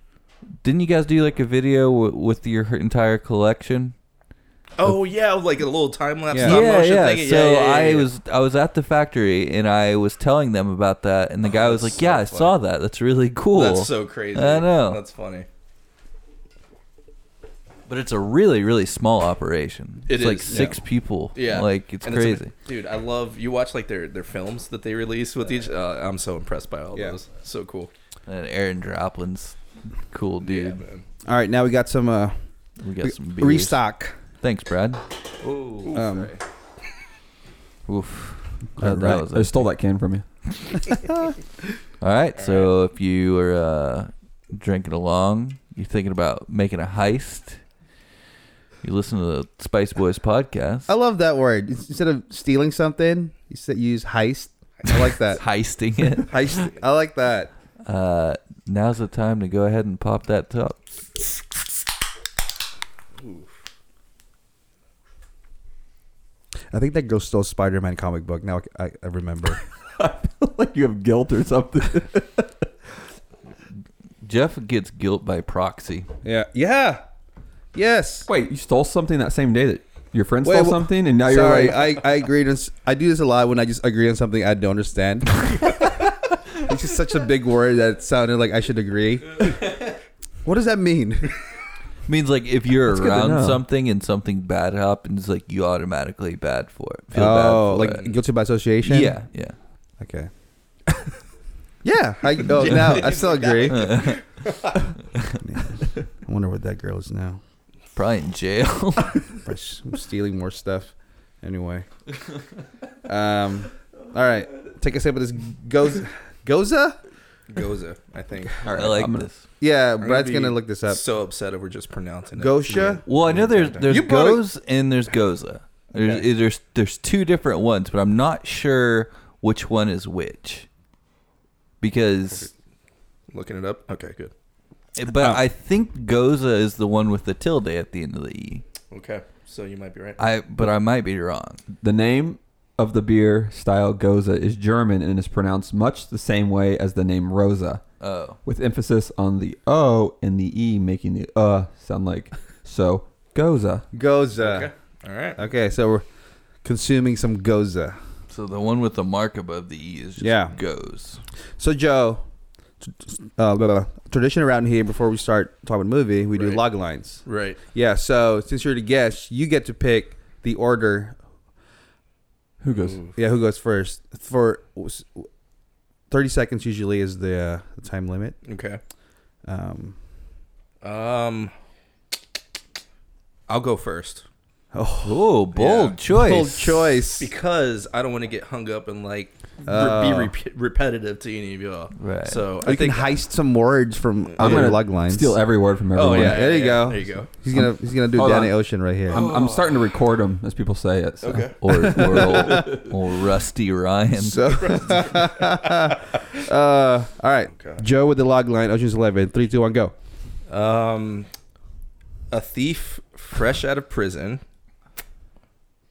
Didn't you guys do like a video w- with your h- entire collection?
Oh yeah, like a little time lapse
Yeah.
stop
yeah,
motion
yeah.
thing. Yeah,
So
yeah, yeah,
I
yeah.
was I was at the factory and I was telling them about that, and the guy was like,
that's
"Yeah,
so
I
funny.
saw that. That's really cool."
That's so crazy.
I know.
That's funny.
but it's a really really small operation.
It
it's like
is,
six people.
Yeah,
like it's
And
crazy.
ama- dude. I love you watch like their their films that they release with each. Uh, I'm so impressed by all
Yeah.
those. So cool,
and Aaron Droplin's cool
Yeah,
dude.
man.
All right, now we got some uh
we got some beers.
restock.
Thanks, Brad.
Ooh,
Um,
Oof.
All
That, that
right.
was
I
it.
stole that can from you.
All right. So if you are uh, drinking along, you're thinking about making a heist. You listen to the Spice Boys podcast.
I love that word. It's- Instead of stealing something, you said you use heist. I like *laughs* that.
Heisting it.
heist. I like that.
Uh, now's the time to go ahead and pop that top.
I think that girl stole Spider-Man comic book. Now I, I, I remember.
like you have guilt or something.
Jeff gets guilt by proxy.
*laughs* yeah. Yeah. Yes.
*laughs* Wait, you stole something that same day that your friend
Wait,
stole
wh-
something, and now you're
Sorry,
like,
I, I agreed on. s- I do this a lot when I just agree on something I don't *laughs* understand. it's just such a big word that it sounded like I should *laughs* agree. what does that mean?
Means like if you're
That's good to
around
know.
something and something bad happens, like you automatically bad for it. Feel
oh,
bad
like
for it.
guilty by association.
yeah, yeah.
Okay. *laughs* yeah. I *laughs* oh, now I still agree. *laughs* Man, I wonder what that girl is now.
Probably in jail.
I'm stealing more stuff. Anyway. Um. All right. Take a sip of this goza. Goza?
Goza, I think.
I like
I'm gonna-
this.
Yeah,
I'm
Brad's
be
gonna look this up.
So upset over just pronouncing it.
Gosha?
Well, I know there's
Okay.
there's
You brought it-
goes and there's goza. There's, eh,
Okay.
there's there's two different ones, but I'm not sure which one is which. Because, eh,
Looking it up. Okay, good.
but I think goza is the one with the tilde at the end of the e.
Okay, so you might be right.
I but I might be wrong.
the name of the beer style Goza is German and is pronounced much the same way as the name Rosa,
Oh,
with emphasis on the O and the E, making the uh sound like so Goza.
okay.
Goza.
All right.
Okay. so we're consuming some goza.
so the one with the mark above the e is just
Yeah.
goes.
So Joe, t- t- uh, blah, blah, blah. tradition around here before we start talking movie, we do
Right.
log lines.
Right.
Yeah. So since you're the guest, you get to pick the order.
Who goes?
Yeah, who goes first? For thirty seconds usually is the, uh, the time limit.
Okay.
Um,
Um, I'll go first.
Oh,
Oh, bold
Yeah.
choice.
bold choice.
because I don't want to get hung up and like uh, re-
Oh.
be rep- repetitive to any of y'all.
Right.
So
You
I
can
think.
heist some words from
I'm
other
gonna
log lines.
Steal every word from
oh
everyone.
yeah, yeah,
There you
yeah,
go.
There you go.
He's gonna he's gonna do
Hold
Danny
on.
Ocean right here.
I'm, I'm starting to record them as people say it. so.
Okay.
*laughs*
*laughs*
Or or old, old Rusty
*laughs*
Ryan.
*laughs*
So, *laughs* uh, all right,
Okay.
Joe with the log line. Ocean's Eleven. Three, two, one, go.
Um, a thief fresh out of prison.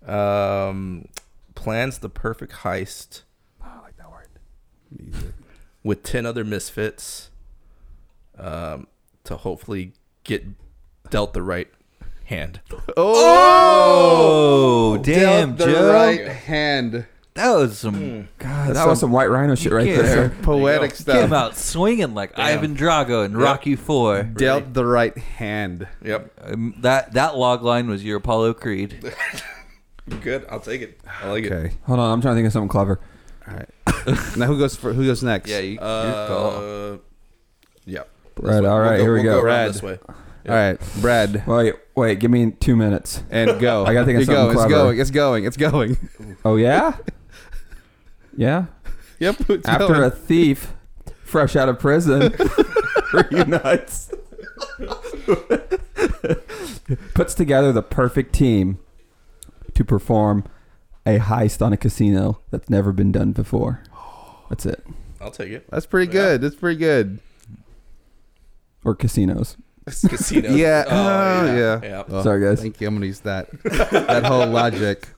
Um, plans the perfect heist
I like that word.
with ten other misfits. Um, to hopefully get dealt the right hand.
oh, damn,
Dealt the
Joe.
right hand.
That was some
God, that was some white rhino shit right
Yeah.
there.
Poetic
go.
stuff.
came out swinging like
Damn.
Ivan Drago in Rocky Four.
Dealt the right hand.
Yep,
Um, that that log line was your Apollo Creed.
good. I'll take it. I like it.
Okay.
Hold on, I'm trying to think of something clever.
now who goes for, who goes next?
Yeah, you, your call.
Uh, yeah.
Right, all right, here we
we'll around
go.
Brad.
This way.
All right, Brad,
Wait, wait, give me two minutes.
*laughs* and go.
I gotta think of
Here you go.
something
It's
clever.
going. It's going. It's going.
Oh yeah, *laughs* yeah.
*laughs* yep. It's
After a thief, fresh out of
*laughs*
prison, reunites, puts together the perfect team to perform a heist on a casino that's never been done before. That's it,
I'll take
*laughs*
it.
That's pretty
Yeah.
good. That's pretty good.
or casinos.
Casino.
Yeah.
Oh,
Oh,
*laughs*
yeah.
yeah.
Well,
Sorry, guys.
Thank you. I'm gonna use that. that whole logic.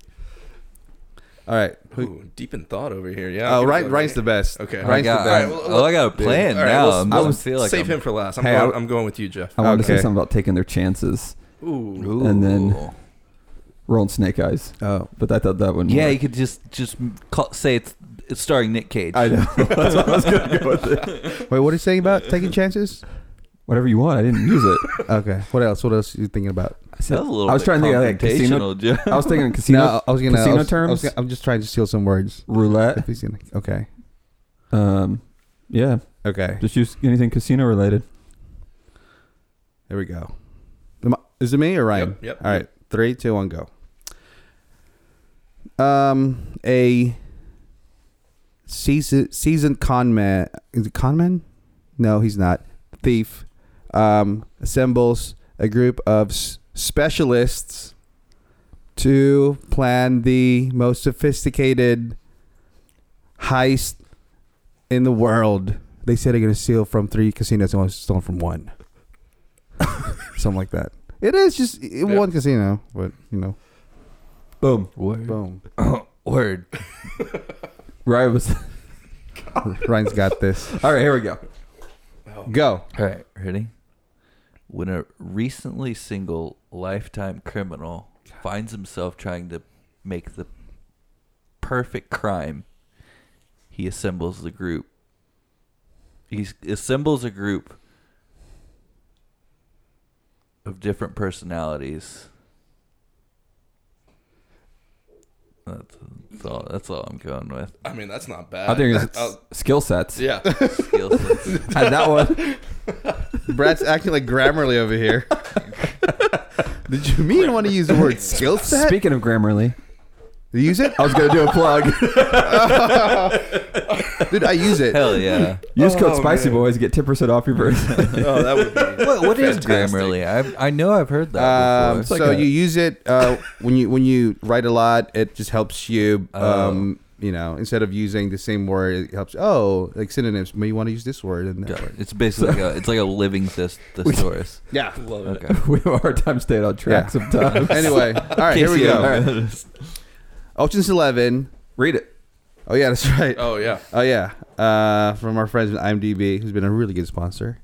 All right. Who,
Ooh, deep in thought over here. Yeah.
Uh,
oh,
I'll give it
Ryan,
to
Ryan's the
Ryan.
best.
Okay.
I
Ryan's
got,
the best.
All right, well,
oh, I got a plan
All right,
now.
let's-
I'm-
let's
I was feel like
Save
I'm-
him for last. I'm,
Hey,
going,
I-
I'm going with you, Jeff.
I wanted to
Okay.
say something about taking their chances,
Ooh.
Ooh.
and then- rolling snake eyes,
Oh,
but I thought that wouldn't.
yeah,
work.
you could just just call, say it's it's starring Nick Cage.
I know. That's what I was gonna go with it. Oh. Wait, what are you saying about taking chances?
whatever you want. I didn't use
*laughs*
it.
Okay. What else? What else are you thinking about?
I, said-
That was a little
I was
bit
trying to think of like casino.
confrontational,
*laughs*
Joe.
I was thinking
*laughs*
casino
no, I was gonna.
casino
I was, I
terms?
am just trying to steal some words. If
roulette.
he's gonna- okay.
Um, yeah,
Okay.
just use anything casino related.
There we go. Am I- Is it me or Ryan?
Yep, yep,
All right. Three, two, one, go. Um, a season seasoned con man is it con man? No, he's not. Thief um, assembles a group of s- specialists to plan the most sophisticated heist in the world. They said they're going to steal from three casinos and only stolen from one *laughs* something like that. It is just i
Yeah.
one casino, but you know,
Boom.
Word.
boom.
Word.
Right was *laughs*
Ryan's got this.
all right. Here we go.
Go.
All right, ready? When a recently single lifetime criminal finds himself trying to make the perfect crime, he assembles the group. He s- assembles a group of different personalities. That's, that's all. That's all I'm going with.
I mean, that's not bad.
I think it's
uh, oh.
I'll-
skill sets.
yeah.
*laughs*
Skill sets.
Had
*laughs*
that one.
Brad's acting like Grammarly over here. *laughs* Did you mean want to use the word skill set?
Speaking of Grammarly,
Did you use it?
I was gonna do a *laughs* plug.
Did I use it?
Hell yeah!
Use code
Oh,
Spicy
man.
Boys to get ten percent off
*laughs*
your birthday.
Oh, that would be.
What, what is
Fantastic.
Grammarly? I I know I've heard that
Um,
before.
like
so
a-
you use it uh, when you when you write a lot. It just helps you.
Oh.
Um, You know, instead of using the same word, it helps. Oh, like synonyms. Maybe you want to use this word and that
Yeah,
word.
*laughs* It's basically like a, it's like a living thys- thesaurus.
Yeah.
Love it.
Okay.
*laughs* we have a hard time staying on track
Yeah. *laughs*
sometimes.
Anyway, all right, here we
Casey,
go.
I'm-
Ocean's Eleven.
Read it.
Oh yeah, that's right.
Oh yeah,
Oh yeah, uh, from our friends at IMDb, who's been a really good sponsor.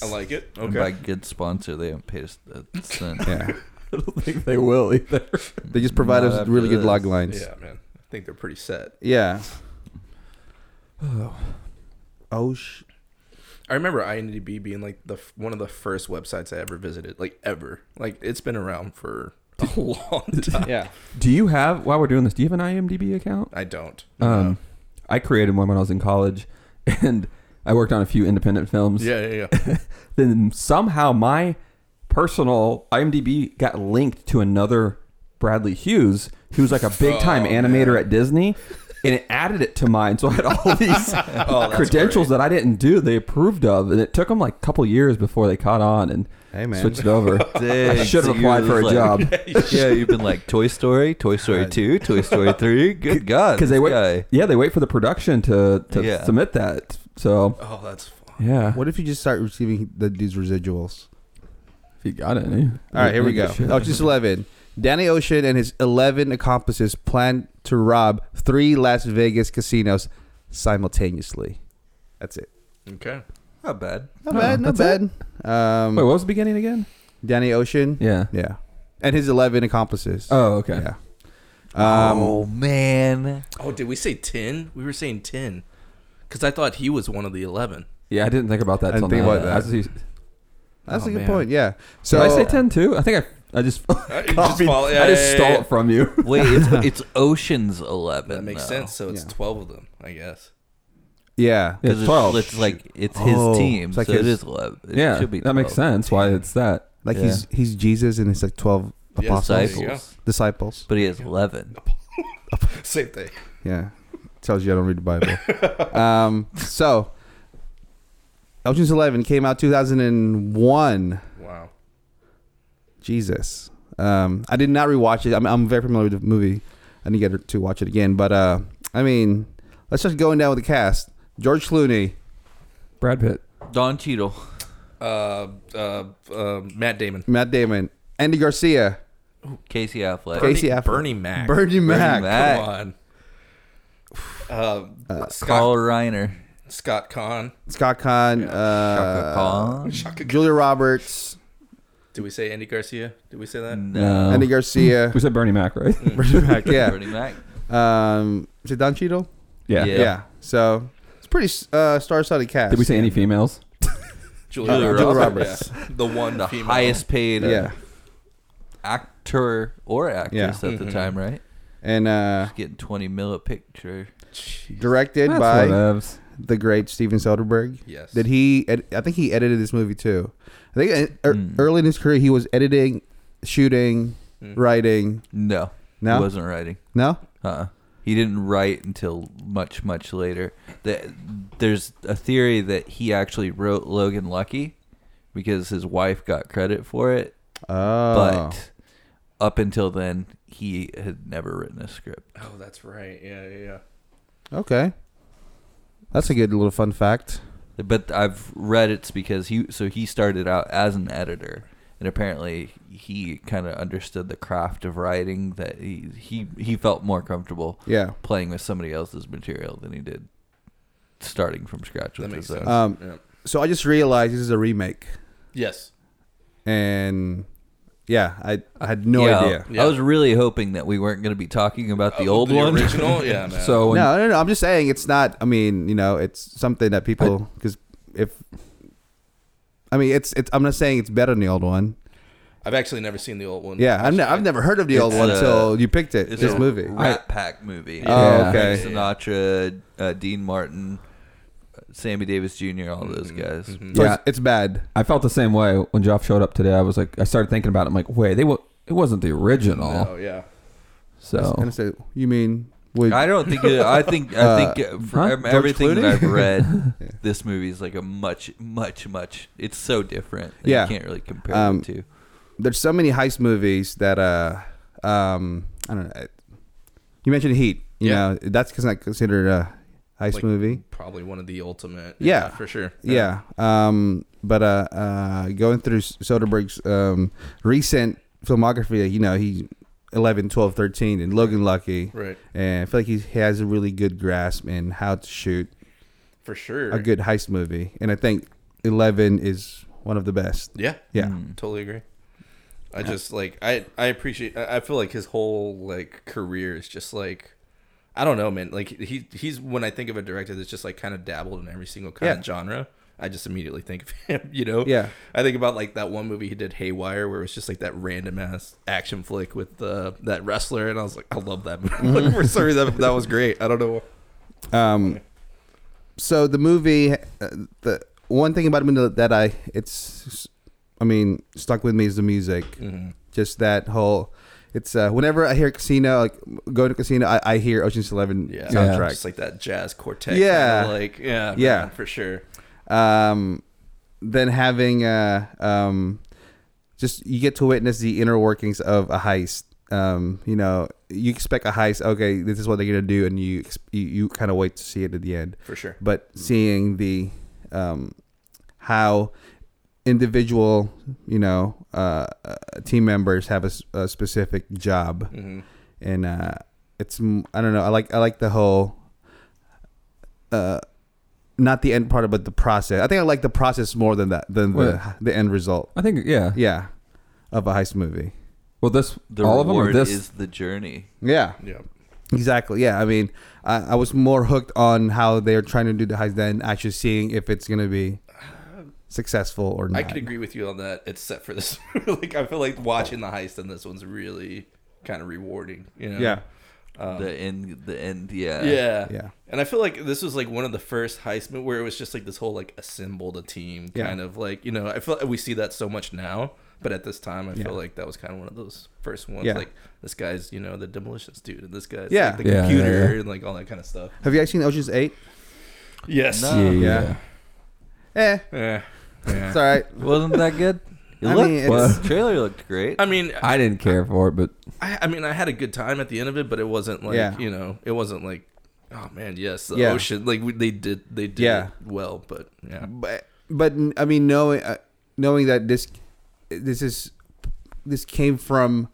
I like it.
and By
Okay.
good sponsor, they don't pay us a cent.
Yeah,
*laughs* I don't think they will either.
they just provide
Not
us
after
really good
this.
log lines.
Yeah, man. I think they're pretty set.
Yeah. *sighs* Oh. sh-
I remember IMDb being like the f- one of the first websites I ever visited, like ever. Like it's been around for a *laughs*
*laughs*
long time.
Yeah.
Do you have while we're doing this? Do you have an IMDb account?
I don't.
Um, I created one when I was in college, *laughs* and I worked on a few independent films. *laughs*
yeah, yeah, yeah.
Then somehow my personal IMDb got linked to another Bradley Hughes, who's like a big time animator at Disney, and it added it to mine. So I had all these credentials that I didn't do. They approved of, and it took them like a couple years before they caught on and
Hey, man.
switched it over. I
*laughs* Dang,
should
so
have
you
applied
was
for a
like- *laughs*
job.
yeah, you've been like Toy Story, Toy Story Two, Toy Story Three. Good God,
because they
this
wait.
guy.
Yeah, they wait for the production to, to
Yeah.
submit that. So
Oh, that's fun.
yeah,
What if you just start receiving the, these residuals?
if you got eh? any?
All right, here we go. Oh, just 11. Danny Ocean and his 11 accomplices plan to rob three Las Vegas casinos simultaneously. That's it.
Okay.
Not bad.
Not
Oh,
bad, not
that's
bad. Um,
Wait, what was the beginning again?
Danny Ocean.
Yeah.
Yeah. And his 11 accomplices.
Oh, okay.
Yeah. Um,
oh man,
Oh, did we say ten? We were saying ten, because I thought he was one of the
*laughs*
eleven.
Yeah, I didn't think about that.
I didn't
till
think
now.
about that.
I was-
That's
Oh,
a good
man.
point. Yeah. So
Did I say ten too? I think I I just *laughs*
I just
copied-
follow- yeah,
I just
yeah,
stole
yeah.
it from you.
*laughs*
*laughs*
wait, it's, it's Ocean's Eleven.
That makes
though.
sense. So it's
Yeah.
twelve of them, I guess.
Yeah.
Yeah,
'Cause
it's
it's,
twelve.
it's like it's his
Oh,
team,
it's like
so it
his-
is eleven. It
yeah,
should be
that makes
12.
sense. Why it's that?
Like
Yeah.
he's he's Jesus and his like 12
Yes,
apostles.
there you go.
Disciples,
Disciples.
but he has eleven.
*laughs* Same thing.
Yeah. Tells you I don't read the Bible. *laughs* um, so, Ocean's Eleven came out 2001.
Wow.
Jesus. Um, I did not rewatch it. I'm, I'm very familiar with the movie. I need to get to watch it again. But, uh, I mean, let's just going down with the cast. George Clooney.
Brad Pitt.
Don Cheadle,
Uh, uh, uh, Matt Damon.
Matt Damon, Andy Garcia,
Casey Affleck,
Casey
Bernie,
Affleck.
Bernie Mac.
Bernie Mac,
Mac.
Come on. Uh, Scott,
Carl Reiner,
Scott Kahn.
Scott Conn,
Chaka
uh,
Khan.
Julia Roberts,
Did we say Andy Garcia? Did we say that?
Oh.
No,
Andy
*laughs*
Garcia,
we said Bernie Mac, right?
Bernie
*laughs*
Mac, yeah.
Bernie Mac.
Um, is it Don Cheadle?
yeah.
Yeah.
Yeah. So it's pretty uh, star-studded cast.
Did we say any females?
Julia,
Uh, Julia Roberts.
Roberts. Yeah. *laughs* The one
The
female.
highest paid uh,
Yeah.
actor or actress
Yeah.
at the
Mhm.
time, right?
And uh,
Getting twenty mil a picture.
directed
That's
by
whatevs.
the great Steven Soderbergh.
Yes.
Did he? Ed- I think he edited this movie too. I think e- er-
Mm.
early in his career he was editing, shooting,
Mm-hmm.
Mm.
writing.
No,
No,
he wasn't writing.
no.
Uh-uh. He didn't write until much, much later. The, there's a theory that he actually wrote Logan Lucky because his wife got credit for it,
Oh,
but up until then, he had never written a script.
Oh, that's right. Yeah, yeah, yeah.
Oh, okay. That's a good little fun fact.
But I've read it's because he so he started out as an editor, and apparently he kind of understood the craft of writing that he he he felt more comfortable
Yeah.
playing with somebody else's material than he did starting from scratch
That
with
makes
his
sense.
own.
Um,
Yeah.
So I just realized this is a remake,
Yes.
and yeah, I I had no
Yeah,
idea.
Yeah.
I was really hoping that we weren't going to be talking about the
Oh,
old
*laughs*
one.
original. Yeah, man.
So when-
no, no, no. I'm just saying it's not. I mean, you know, it's something that people because if I mean, it's it's. I'm not saying it's better than the old one.
I've actually never seen the old one.
Yeah, I've, ne- I've
Actually,
never heard of the old
It's,
one
uh,
until you picked it.
*laughs* It's
This
a
movie.
Rat Pack movie.
Oh,
Yeah.
okay.
Frank Sinatra, uh, Dean Martin, uh, Sammy Davis Jr., all those
Mm-hmm.
guys.
So
Yeah.
it's, it's bad.
I felt the same way when Joff showed up today. I was like, I started thinking about it. I'm like, wait, they wa- it wasn't the original.
Oh yeah.
And
So
it's like, you mean with
I don't think. It, I think. I think
huh?
uh, from
George
everything that
Clooney?
I've
*laughs*
read, this movie is like a much, much, much. It's so different. that
Yeah.
you can't really compare
Um,
it to.
there's so many heist movies that uh um I don't know. You mentioned Heat. You
Yeah.
know that's cause not considered a heist
Like,
movie.
Probably one of the ultimate.
Yeah.
for sure.
Yeah. Um, but uh, uh, going through Soderbergh's um, recent filmography, you know, he 11, 12, 13, and Logan Lucky.
Right.
And I feel like he has a really good grasp in how to shoot
For sure.
a good heist movie. And I think 11 is one of the best.
Yeah.
Yeah.
Totally agree. I just like I I appreciate I I feel like his whole like career is just like I don't know man like he he's when I think of a director that's just like kind of dabbled in every single kind
Yeah.
of genre I just immediately think of him *laughs* you know
Yeah.
I think about like that one movie he did Haywire where it was just like that random ass action flick with uh, that wrestler and I was like I love that movie *laughs*
*laughs*
like, for sorry that that was great I don't know
Um, so the movie, uh, the one thing about him that I, it's I mean, stuck with me is the music.
Mhm.
Just that whole. It's uh, whenever I hear casino, like go to casino, I, I hear Ocean's Eleven
Yeah.
soundtrack.
Just like that jazz quartet.
Yeah.
kinda like yeah,
Yeah.
man, for sure.
um, than having uh, um, just you get to witness the inner workings of a heist. Um, you know, you expect a heist. Okay, this is what they're gonna do, and you ex- you, you kind of wait to see it at the end.
For sure.
But seeing the um, how individual, you know, uh, uh, team members have a, s- a specific job
hmm
and uh it's m- i don't know i like i like the whole uh not the end part but the process i think i like the process more than that than
Well-
the the end result
I think yeah.
yeah of a heist movie
Well, this
The
all of them or
reward
this
is the journey.
yeah
Yeah.
exactly yeah i mean i, I was more hooked on how they're trying to do the heist than actually seeing if it's gonna be successful or not
I could agree with you on that, except for this. *laughs* like, I feel like watching the heist in this one's really kind of rewarding. You know?
yeah
Oh.
the end. The end. Yeah.
Yeah.
Yeah.
And I feel like this was like one of the first heist mo- where it was just like this whole like assembled a team
Yeah.
kind of like you know I feel like we see that so much now, but at this time I
Yeah.
feel like that was kind of one of those first ones
Yeah.
like this guy's you know the demolitions dude and this guy's like,
Yeah.
the
Yeah, yeah,
computer
yeah.
and like all that kind of stuff.
have you guys seen oceans 8
Yes.
yeah,
No.
yeah.
Yeah. eh
Yeah.
it's all right
Wasn't that
*laughs*
good? It
I
looked.
mean,
well,
it's-
the trailer looked great.
I mean, I,
I didn't care for it, but
I, mean, I had a good time at the end of it, but it wasn't like
Yeah.
you know, it wasn't like, oh man, yes, the
Yeah.
ocean, like we, they did, they did
Yeah.
it well, but yeah,
but but I mean knowing uh, knowing that this this is this came from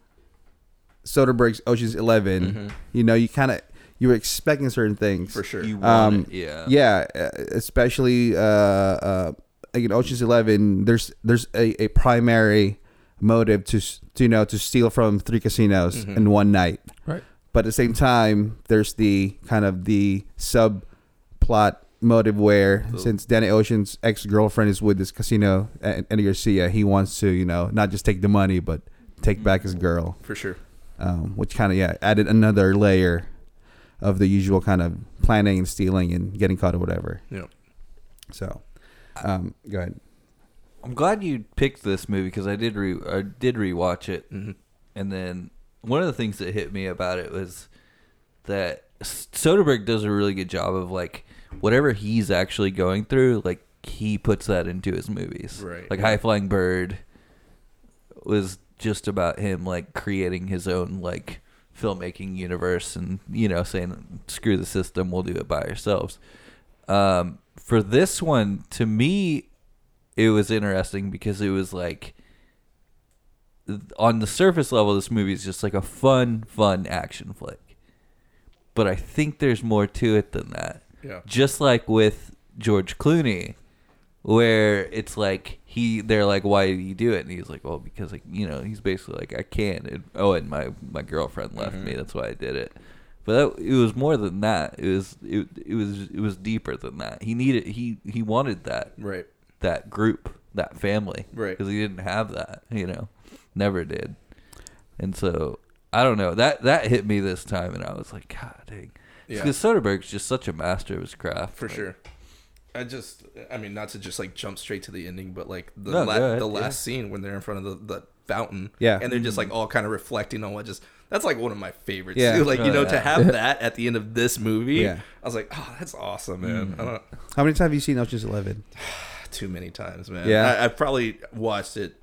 Soderbergh's Ocean's 11 you know, you kind of you were expecting certain things
for sure,
You
Um,
want it, yeah.
Yeah, uh, especially uh, uh, like in Ocean's Eleven, there's there's a, a primary motive to, s- to you know to steal from three casinos
Mm-hmm.
in one night.
Right.
But at the same time, there's the kind of the subplot motive where since Danny Ocean's ex girlfriend is with this casino uh, and Andy Garcia, he wants to you know not just take the money but
Mm-hmm.
take back his girl
for sure.
um, which kind of yeah added another layer of the usual kind of planning and stealing and getting caught or whatever.
Yeah.
So, um, go ahead.
I'm glad you picked this movie because I did re I did rewatch it, and then one of the things that hit me about it was that S- Soderbergh does a really good job of like whatever he's actually going through, like he puts that into his movies.
Right.
Like High Flying Bird was just about him like creating his own like filmmaking universe and you know saying screw the system, we'll do it by ourselves. Um, for this one, to me, it was interesting because it was like on the surface level this movie is just like a fun fun action flick but i think there's more to it than that
Yeah.
just like with george clooney where it's like he they're like why do you do it and he's like well because like you know he's basically like i can't and, oh and my my girlfriend left
Mm-hmm.
me that's why i did it but that, it was more than that it was it, it was it was deeper than that he needed he he wanted that
Right.
that group, that family,
Right.
Because he didn't have that, you know, never did, and so I don't know that that hit me this time, and I was like, God dang,
Yeah.
because Soderbergh's just such a master of his craft,
for
like,
sure. I just, I mean, not to just like jump straight to the ending, but like the
No,
la-
go ahead,
the
yeah.
last scene when they're in front of the, the fountain,
Yeah.
and they're just like all kind of reflecting on what just that's like one of my favorites.
Yeah.
too. like you
Oh,
know, to
yeah.
*laughs*
have that at the end of this movie,
Yeah. Mm-hmm.
I was like, oh, that's awesome, man. I don't
How many times have you seen Ocean's Eleven?
too many times, man.
Yeah.
I, I probably watched it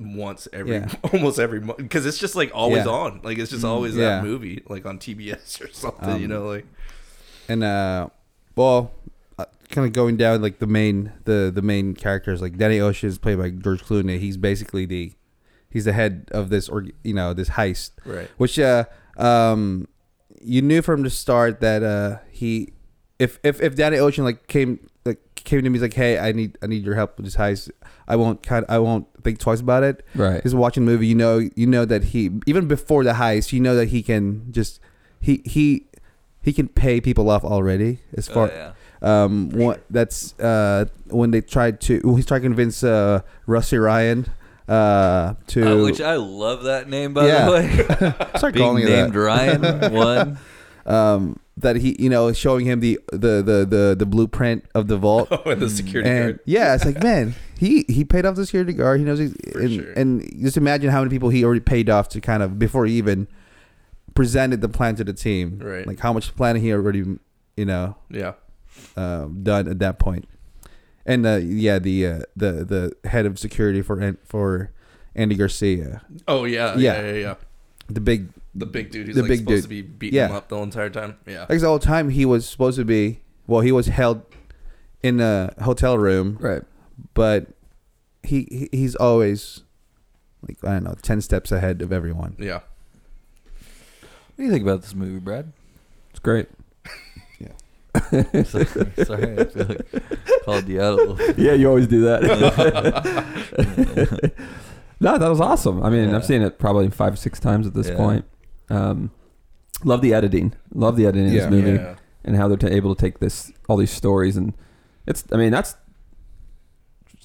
once every
Yeah.
*laughs* almost every month because it's just like always
Yeah. Mm,
on, like it's just always
yeah. Um,
that movie, like on TBS *laughs* or something, you know, like *laughs*
And uh, well, uh, kind of going down like the main the the main characters like Danny Ocean is played by George Clooney. He's basically the he's the head of this or you know this heist,
Right.
Which uh um you knew from the start that uh he if if if Danny Ocean like came like came to me he's like hey I need I need your help with this heist I won't kind I won't think twice about it
Right.
just watching a movie you know you know that he even before the heist you know that he can just he he he can pay people off already as
Oh,
far
yeah.
um one, that's uh when they tried to when he's trying to convince uh Rusty Ryan uh to
Uh, which I love that name by
Yeah.
*laughs*
the way.
start
Being
calling it that.
named Ryan one.
um, that he, you know, showing him the the the the, the blueprint of the vault.
Oh, and the security
mm, And
guard.
yeah, it's like man, he he paid off the security guard. He knows, he's,
For
and,
sure.
and just imagine how many people he already paid off to kind of before he even presented the plan to the team.
Right.
Like how much planning he already, you know,
Yeah.
uh, done at that point. And uh, yeah, the uh, the the head of security for An- for Andy Garcia,
Oh yeah.
Yeah.
Yeah. Yeah. Yeah.
the big
The big dude who's
The
like
big dude.
supposed to be beating
Yeah.
him up the whole entire time. Yeah.
like the whole time he was supposed to be well, he was held in a hotel room,
Right.
but he he- he's always like I don't know ten steps ahead of everyone.
Yeah.
What do you think about this movie, Brad?
It's great.
*laughs* sorry, sorry, I feel like called you out a little. bit.
Yeah, you always do that.
*laughs*
no, that was awesome. I mean,
Yeah.
I've seen it probably five, six times at this
Yeah.
point. Um, love the editing. Love the editing
Yeah.
in this movie
Yeah.
and how they're ta able to take this all these stories and it's. I mean, that's.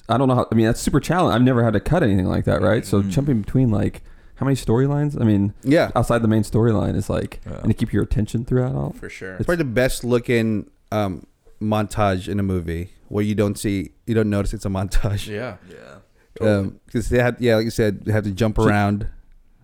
I don't know. How, I mean, that's super challenging. I've never had to cut anything like that, right? So
Mhm.
jumping between like how many storylines? I mean,
Yeah,
outside the main storyline is like,
Yeah.
and to keep your attention throughout all.
For sure.
it's probably the best looking um, montage in a movie where you don't see you don't notice it's a montage.
Yeah.
Yeah.
because they had yeah, like you said, they have to jump around.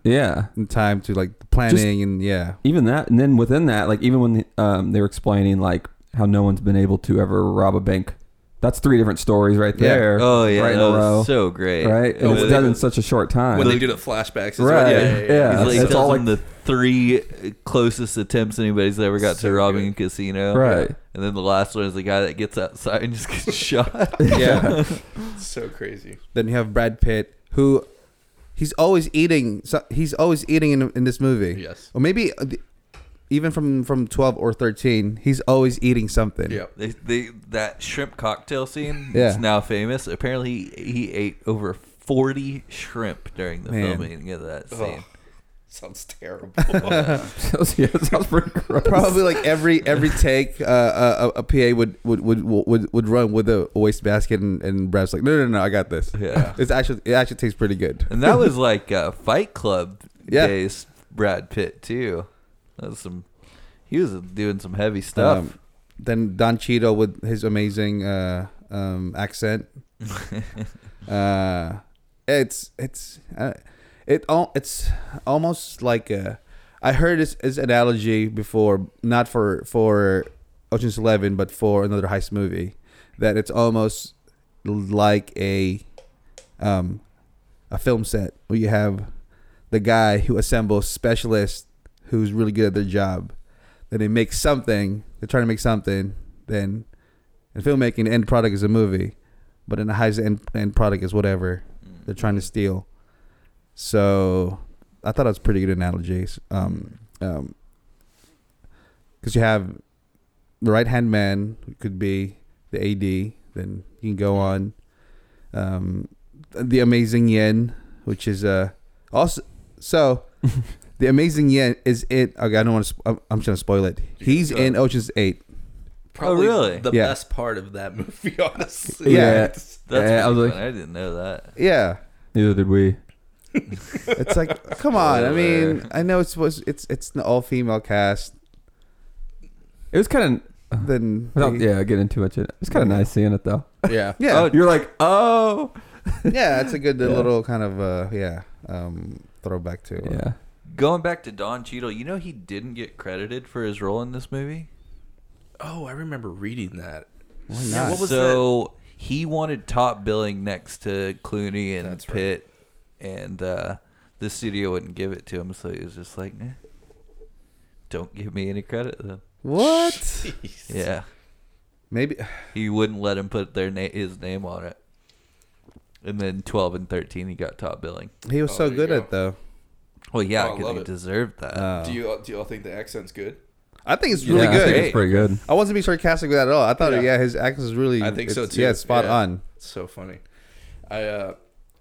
Yeah.
in time to like planning and yeah
even that and then within that like even when um, they were explaining like how no one's been able to ever rob a bank that's three different stories right
Yeah.
there
Oh yeah,
right in
that
a
was
row
so great.
right and
Oh,
it's
when
done
they-
in such a short time
uh,
When they
*laughs*
do the flashbacks. as
Right.
Well. Yeah. Yeah. yeah.
Yeah.
He's like
That's
tells
all,
him the three closest attempts anybody's ever got
So
to robbing
good.
a casino.
Right.
And then the last one is the guy that gets outside and just gets *laughs* shot.
*laughs* yeah
So crazy.
then you have brad pitt who he's always eating so he's always eating in, in this movie
Yes.
or maybe uh, the- even from from 12 or 13 he's always eating something
Yeah.
They, they, that shrimp cocktail scene
Yeah.
is now famous. Apparently, he ate over 40 shrimp during the
Man.
filming of that
Oh,
scene.
*laughs*
sounds terrible.
Oh,
yeah, it sounds pretty gross.
probably like every every
*laughs*
take uh, uh, a, a pa would would, would would would run with a waste basket and, and brad's like no no no i got this
Yeah.
it's actually it actually tastes pretty good
And that was like uh, Fight Club
Yeah.
days, Brad Pitt, too. That was some. He was doing some heavy stuff.
Um, then Don Cheeto with his amazing uh, um, accent. uh, it's it's uh, it all it's almost like a. I heard this, this analogy before, not for for Ocean's Eleven, but for another heist movie. That it's almost like a um, a film set where you have the guy who assembles specialists who's really good at their job. Then they make something. They're trying to make something. Then in filmmaking, the end product is a movie, but in the highest end, end product is whatever they're trying to steal. So I thought that was a pretty good analogies. Um, um, because you have the right hand man who could be the AD. Then you can go on. Um, the amazing Yen, which is uh also
*laughs*
so. The Amazing Yen is in. Okay, I don't want to. I'm, I'm just gonna spoil it. He's in Ocean's Eight.
Probably
really?
the
Yeah.
best part of that *laughs* movie, honestly.
Yeah.
That's
Yeah, I
I,
was like-
I didn't know that.
Yeah,
neither did we
it's
*laughs*
like, come on. I mean, I know it's was it's it's an all female cast.
it was kind of
Then
without yeah getting too much in it it was kind of nice seeing it though
Yeah.
yeah,
oh, you're like oh
yeah. It's a good
*laughs* Yeah.
little kind of uh yeah um throwback to. Uh,
yeah
Going back to Don Cheadle, you know he didn't get credited for his role in this movie.
Oh, I remember reading that.
Why
Yeah,
not?
what was
so he wanted top billing next to Clooney and
That's right.
Pitt, and uh, the studio wouldn't give it to him, so he was just like, nah, "Don't give me any credit." Then,
*laughs* What?
yeah,
Maybe *sighs*
he wouldn't let him put their na- his name on it. And then twelve and thirteen, he got top billing.
he was
Oh,
so
there you
good
go.
at it, though.
Well, yeah,
Oh, I
because
love
he
it.
deserved that.
Uh,
Do you do y'all think the accent's good?
I think it's really
yeah, I
good.
think it's pretty good
I wasn't being sarcastic with that at all. I thought, yeah,
Yeah.
his accent is really.
I think so
it's-
too.
Yeah, it's spot
Yeah.
on.
It's so funny. I uh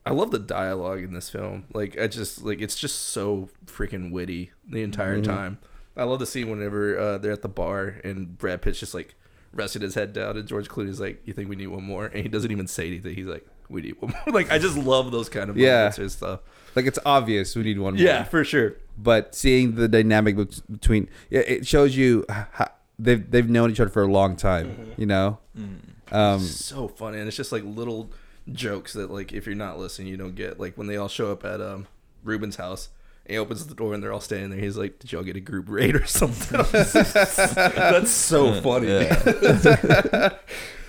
I love the dialogue in this film. Like I just like it's just so freaking witty the entire
Mm-hmm.
time. I love the scene whenever uh, they're at the bar and Brad Pitt's just like rested his head down and George Clooney's like, "You think we need one more?" And he doesn't even say anything. He's like, we need one more. *laughs* like I just love those kind of
Yeah.
moments and stuff.
Like it's obvious we need one more.
Yeah, for sure.
but seeing the dynamic bet- between yeah, it shows you how they've they've known each other for a long time.
Mm-hmm.
You know,
Mm.
um,
so funny and it's just like little jokes that like if you're not listening you don't get like when they all show up at um ruben's house and he opens the door and they're all standing there he's like did y'all get a group raid or something *laughs* that's so funny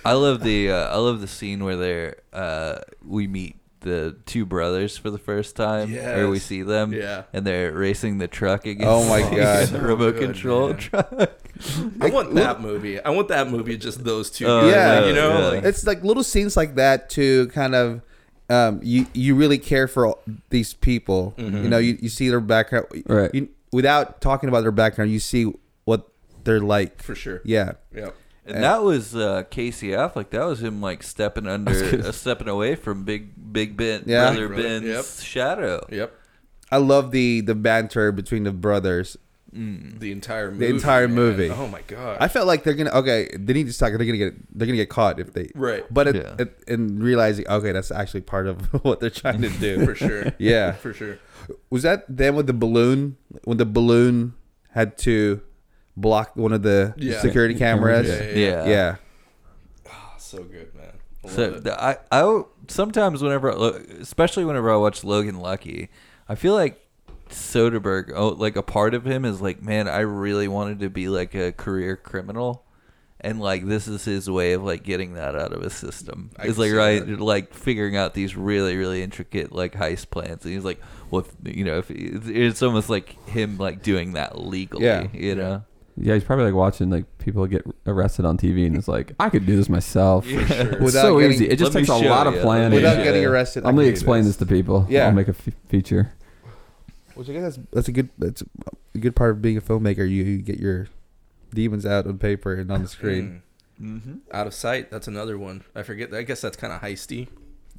I love the uh, I love the scene where they're uh, we meet the two brothers for the first time, or we
Yes.
see them,
Yeah.
and they're racing the truck *laughs* against.
Oh my
the
God.
So
remote
good,
control
man.
truck.
i want that movie i want that movie just those two
Oh,
guys,
yeah.
like, you know
Yeah.
like
it's like little scenes like that to kind of um, you you really care for all these people.
Mm-hmm.
You know, you, you see their background
Right.
you, without talking about their background. You see what they're like.
for sure
Yeah,
yeah
And that was uh, Casey Affleck. That was him like stepping under, uh, stepping away from Big Big Ben,
Yeah.
Brother
Big Brother,
Ben's
yep.
shadow.
yep
I love the the banter between the brothers.
the entire movie
entire
man.
movie.
oh my god *laughs*
I felt like they're gonna okay. They need to stop. They're gonna get. They're gonna get caught if they
Right.
But it,
Yeah.
it- and realizing okay, that's actually part of *laughs* what they're trying to do.
*laughs* for sure
Yeah.
for sure
Was that them with the balloon? When the balloon had to block one of the
Yeah.
security cameras.
yeah, yeah,
Yeah.
Yeah.
Oh, so good man I love
So
it.
the, I, I sometimes whenever, I lo- especially whenever I watch Logan Lucky, I feel like Soderbergh. Oh, like a part of him is like, man, I really wanted to be like a career criminal, and like this is his way of like getting that out of his system.
I
It's
can
like
see
right,
that.
like figuring out these really really intricate like heist plans, and he's like, well, if, you know, if it's, it's almost like him like doing that legally,
Yeah.
you know.
Yeah, he's probably like watching like people get arrested on TV, and it's like I could do this myself.
sure.
*laughs* It's
Without
so
getting-
easy. It just
Let me
takes a
show
lot
you.
of planning.
Without
Yeah.
getting arrested.
I'm gonna explain this to people.
Yeah.
I'll make a f- feature.
Which I guess that's, that's a good. That's a good part of being a filmmaker. You, you get your demons out on paper and on the screen.
Mm-hmm.
Mm. Out of sight. That's another one. I forget. I guess that's kind of heisty.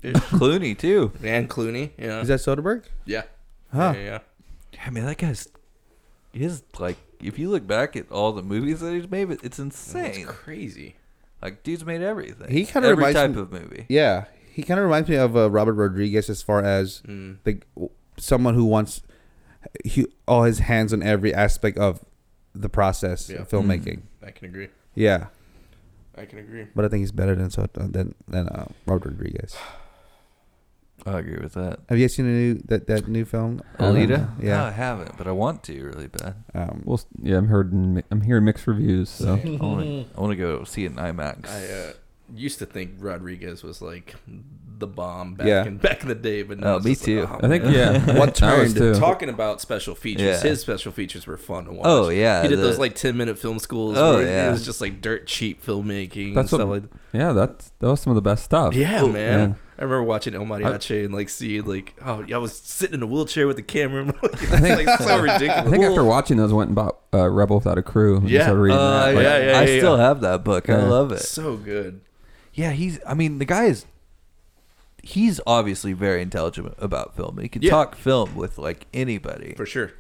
Clooney too.
And Clooney. Yeah.
Is that Soderbergh?
yeah.
Huh.
Yeah, yeah.
I mean, that guy's his like. If you look back at all the movies that he's made, it's
It's
insane.
crazy.
Like, dude's made everything.
He kinda
every
reminds
type
me-
of movie.
Yeah, he kind of reminds me of uh, Robert Rodriguez as far as
Mm,
the someone who wants he, all his hands on every aspect of the process
Yeah. Mm-hmm.
of filmmaking.
I can agree.
Yeah,
I can agree.
but I think he's better than so- than than uh, Robert Rodriguez.
I agree with that.
Have you guys seen the new that that new film
I don't
Alita?
know.
Yeah.
no, I haven't, but I want to really bad.
Um,
Well, s- yeah, I'm hearing mi- I'm hearing mixed reviews. So Oh,
I want to. I want to go see it in IMAX.
Hmm. I uh, used to think Rodriguez was like the bomb back
Yeah.
in back in the day, but
Oh,
now it's
me
just like,
too.
oh,
I think
*laughs*
man.
yeah.
What
I was
turned-
too.
Talking about special features,
Yeah.
his special features were fun to watch.
Oh, yeah,
he did
the-
those like ten minute film schools.
Oh,
where
yeah.
it was just like dirt cheap filmmaking.
That's
and
what.
stuff like
yeah, that's that was some of the best stuff.
Yeah, man.
yeah.
I remember watching El Mariachi and like seeing like oh I was sitting in a wheelchair with the camera. *laughs* and like, That's like so
I
ridiculous.
think after watching those, I went and bought uh, Rebel Without a Crew. and
Yeah.
started reading
Uh,
that.
yeah,
Like,
yeah, yeah,
I
yeah.
still have that book. I
Yeah.
love it.
so good.
Yeah, he's. I mean, the guy is. He's obviously very intelligent about film. He can
Yeah.
talk film with like anybody.
For sure.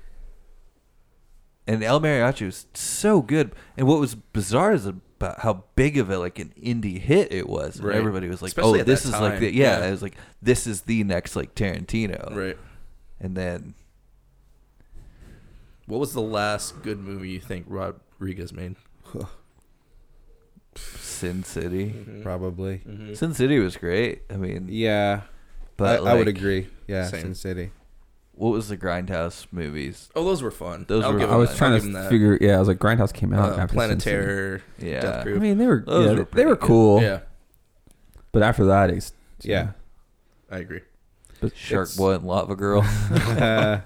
and El Mariachi was so good. And what was bizarre is about how big of a like an indie hit it was. And
Right.
Everybody was like,
Especially
"Oh,
at
this
that
is like
time.
the yeah."
Yeah.
It was like this is the next like Tarantino.
Right.
And then
What was the last good movie you think Rodriguez made?
Sin City.
Mm-hmm.
Probably.
Sin City was great. I mean,
Yeah,
but
I, I would
like,
agree. Yeah,
same.
Sin
*laughs*
City. *laughs*
What was the Grindhouse movies?
Oh, those were fun.
Those
I'll
were
give
fun.
I
him
was
that.
trying
I'll give him
to
that.
figure. Yeah, I was like, Grindhouse came out
uh,
after
Planet
Sin City.
Terror,
Yeah.
Death
I
Proof.
mean, they were
Those
yeah,
were
they
pretty
were
good.
cool.
yeah,
But after that, it's
Yeah.
I agree.
But
Shark Boy and
*laughs*
Lava Girl.
Uh,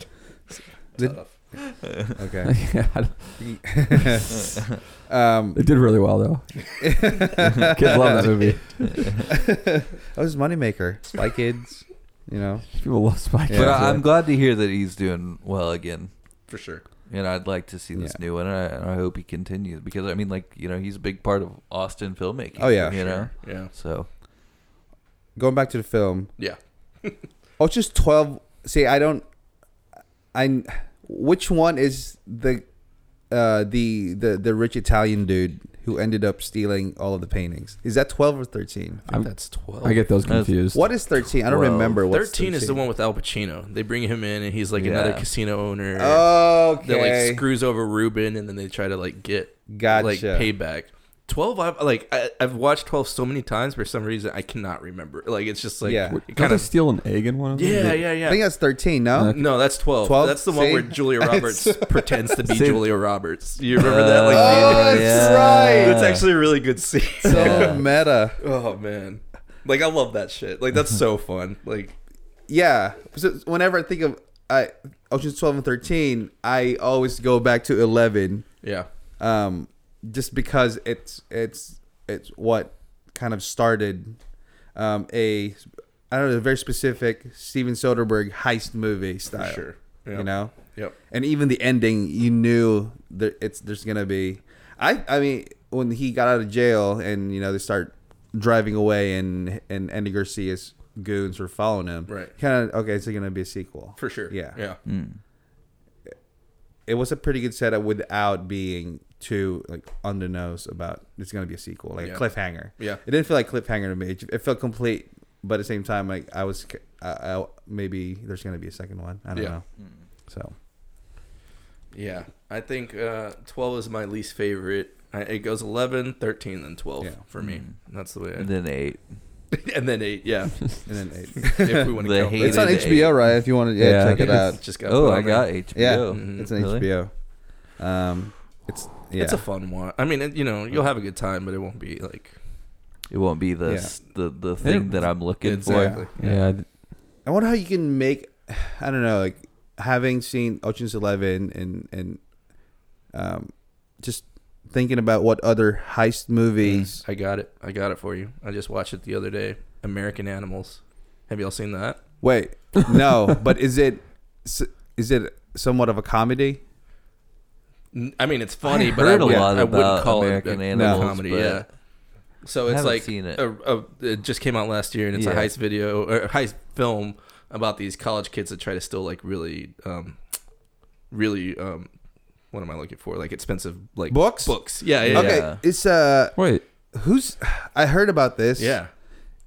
Did-
Tough.
okay.
*laughs* *laughs*
*laughs*
yeah, I don't-
Um,
it did really
*laughs*
well though. Kids love that movie.
*laughs* I was a moneymaker. Spy Kids. You know.
People love Spy Kids.
but I, I'm glad to hear that he's doing well again.
for sure.
And I'd like to see this
Yeah.
new one, and I, and I hope he continues because I mean, like you know, he's a big part of Austin filmmaking.
Oh, yeah.
you know,
Yeah,
so
Going back to the film,
yeah.
Oh, it's just twelve. See, I don't. I. Which one is the, uh, the the the rich Italian dude who ended up stealing all of the paintings. Is that 12 or 13?
I think
I'm-
that's twelve.
I get those
That's-
confused.
What is 13? I don't
12.
remember what
Thirteen is the one with Al Pacino. They bring him in, and he's like another
Yeah.
casino owner. That
Oh, Okay.
like screws over Ruben, and then they try to like get
gotcha.
like payback. Twelve, I've like I, I've watched twelve so many times for some reason I cannot remember. Like it's just like
Yeah.
it
Kind
kind
they
of
steal an egg in one of them?
yeah
They-
yeah
I
yeah.
think that's 13, no?
No, that's 12.
12?
That's the one
See? *laughs*
where Julia Roberts pretends to be
See?
Julia Roberts. You remember that? Like,
Oh,
the-
that's right.
It's actually a really good scene.
So
*laughs*
Yeah.
meta.
oh, man. Like, I love that shit. Like,
*laughs*
that's so fun. Like,
Yeah. So whenever I think of I Ocean's 12 and 13, I always go back to 11
yeah.
um, just because it's it's it's what kind of started um, a I don't know a very specific Steven Soderbergh heist movie style.
sure. Yeah.
you know,
Yep.
and even the ending, you knew that it's there's gonna be. I I mean, when he got out of jail and you know they start driving away and and Andy Garcia's goons were following him.
Right.
Kind of okay. It's gonna be a sequel
For sure.
Yeah Mm.
Yeah.
it was a pretty good setup without being too like on the nose about it's gonna be a sequel, like
Yeah.
a cliffhanger.
Yeah.
it didn't feel like cliffhanger to me. It, it felt complete, but at the same time, like I was, c- I, I- maybe there's gonna be a second one. I don't
Yeah.
know. So
Yeah. I think uh, 12 is my least favorite. I, it goes 11, 13, then 12
Yeah. Mm.
for me. That's the way I.
And then eight.
*laughs* and then 8.
*laughs*
Yeah.
and then
*laughs*
it,
if we want
They
to count
hate
it's
that.
on
it.
HBO, right? If you want to, yeah,
Yeah,
check it
it's-
out.
Just got
Oh,
put
I
on there.
got HBO.
Yeah,
Mhm.
it's on
Mm-hmm. Really?
HBO. Um, it's yeah,
It's a fun one. I mean, it, you know, you'll have a good time, but it won't be like
It won't be the
Yeah.
s- the, the thing that I'm looking
Exactly.
for.
Yeah. d-
I wonder how you can make. *sighs* I don't know, like having seen Ocean's Eleven and and um, just thinking about what other heist movies.
I got it. I got it for you. I just watched it the other day. American Animals. Have y'all seen that? *laughs*
Wait, no, but is it is it somewhat of a comedy?
N- I mean, it's funny,
I
but I,
heard a
would,
lot
I wouldn't
about
call it
American
a- a,
Animals,
comedy.
but
Yeah. So it's
haven't
like
seen it.
A, a, it just came out last year, and it's a
Yeah.
heist video or a heist film about these college kids that try to steal like really, um, really. Um, what am I looking for? Like expensive like
Books?
Books. Yeah. Yeah.
Okay,
Yeah.
it's uh,
Wait.
who's? *sighs* I heard about this.
Yeah.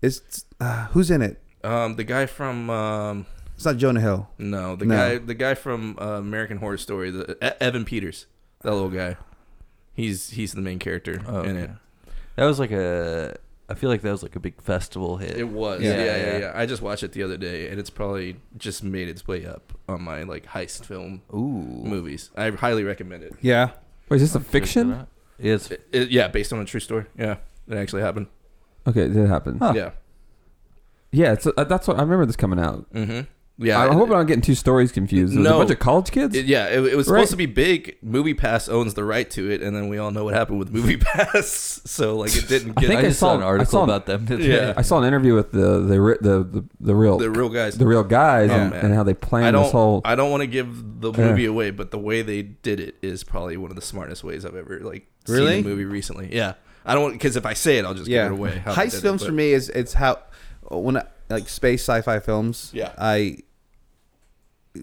it's uh, who's in it?
yeah. Um, the guy from um,
It's not Jonah Hill.
No, the
No.
guy, the guy from uh, American Horror Story, the E- Evan Peters, that little guy. He's he's the main character
Oh,
in it.
okay. That was like a. I feel like that was like a big festival hit.
It was,
Yeah,
yeah yeah, yeah,
yeah.
I just watched it the other day, and it's probably just made its way up on my like heist film
Ooh.
movies. I highly recommend it.
Yeah,
Wait, is this a fiction?
Yes.
It- it- yeah, based on a true story. Yeah, it actually happened.
Okay, it happened.
Yeah.
Yeah, it's uh, that's what I remember this coming out.
Mm-hmm. Yeah.
I
it-
hope I'm not getting two stories confused. There's a
No.
bunch of college kids.
it- yeah, it, it was
Right.
supposed to be big. Movie Pass owns the right to it, and then we all know what happened with Movie *laughs* Pass. So like, it didn't
I
get
think
I
I
just saw
saw-
an
I
article
saw an-
about them. *laughs* today.
Yeah.
I saw an interview with the the re- the the, the real
the real guys.
the real guys
Oh,
and,
man.
and how they
I
planned
don't.
this whole.
I don't want to give the
Yeah.
movie away, but the way they did it is probably one of the smartest ways I've ever like
Really?
seen a movie recently. Yeah, I don't because if I say it, I'll just
yeah.
give it away. how they did
Heist
it,
films
but-
for me is it's how when I, like space sci-fi films.
Yeah.
I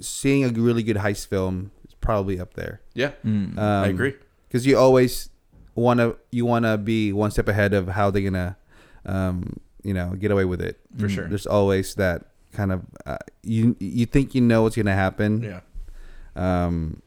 seeing a really good heist film is probably up there.
Yeah,
Mm.
Um,
Mm-hmm. I agree.
because you always want to you want to be one step ahead of how they're gonna um, you know get away with it
For sure.
there's always that kind of uh, you you think you know what's gonna happen
Yeah,
um,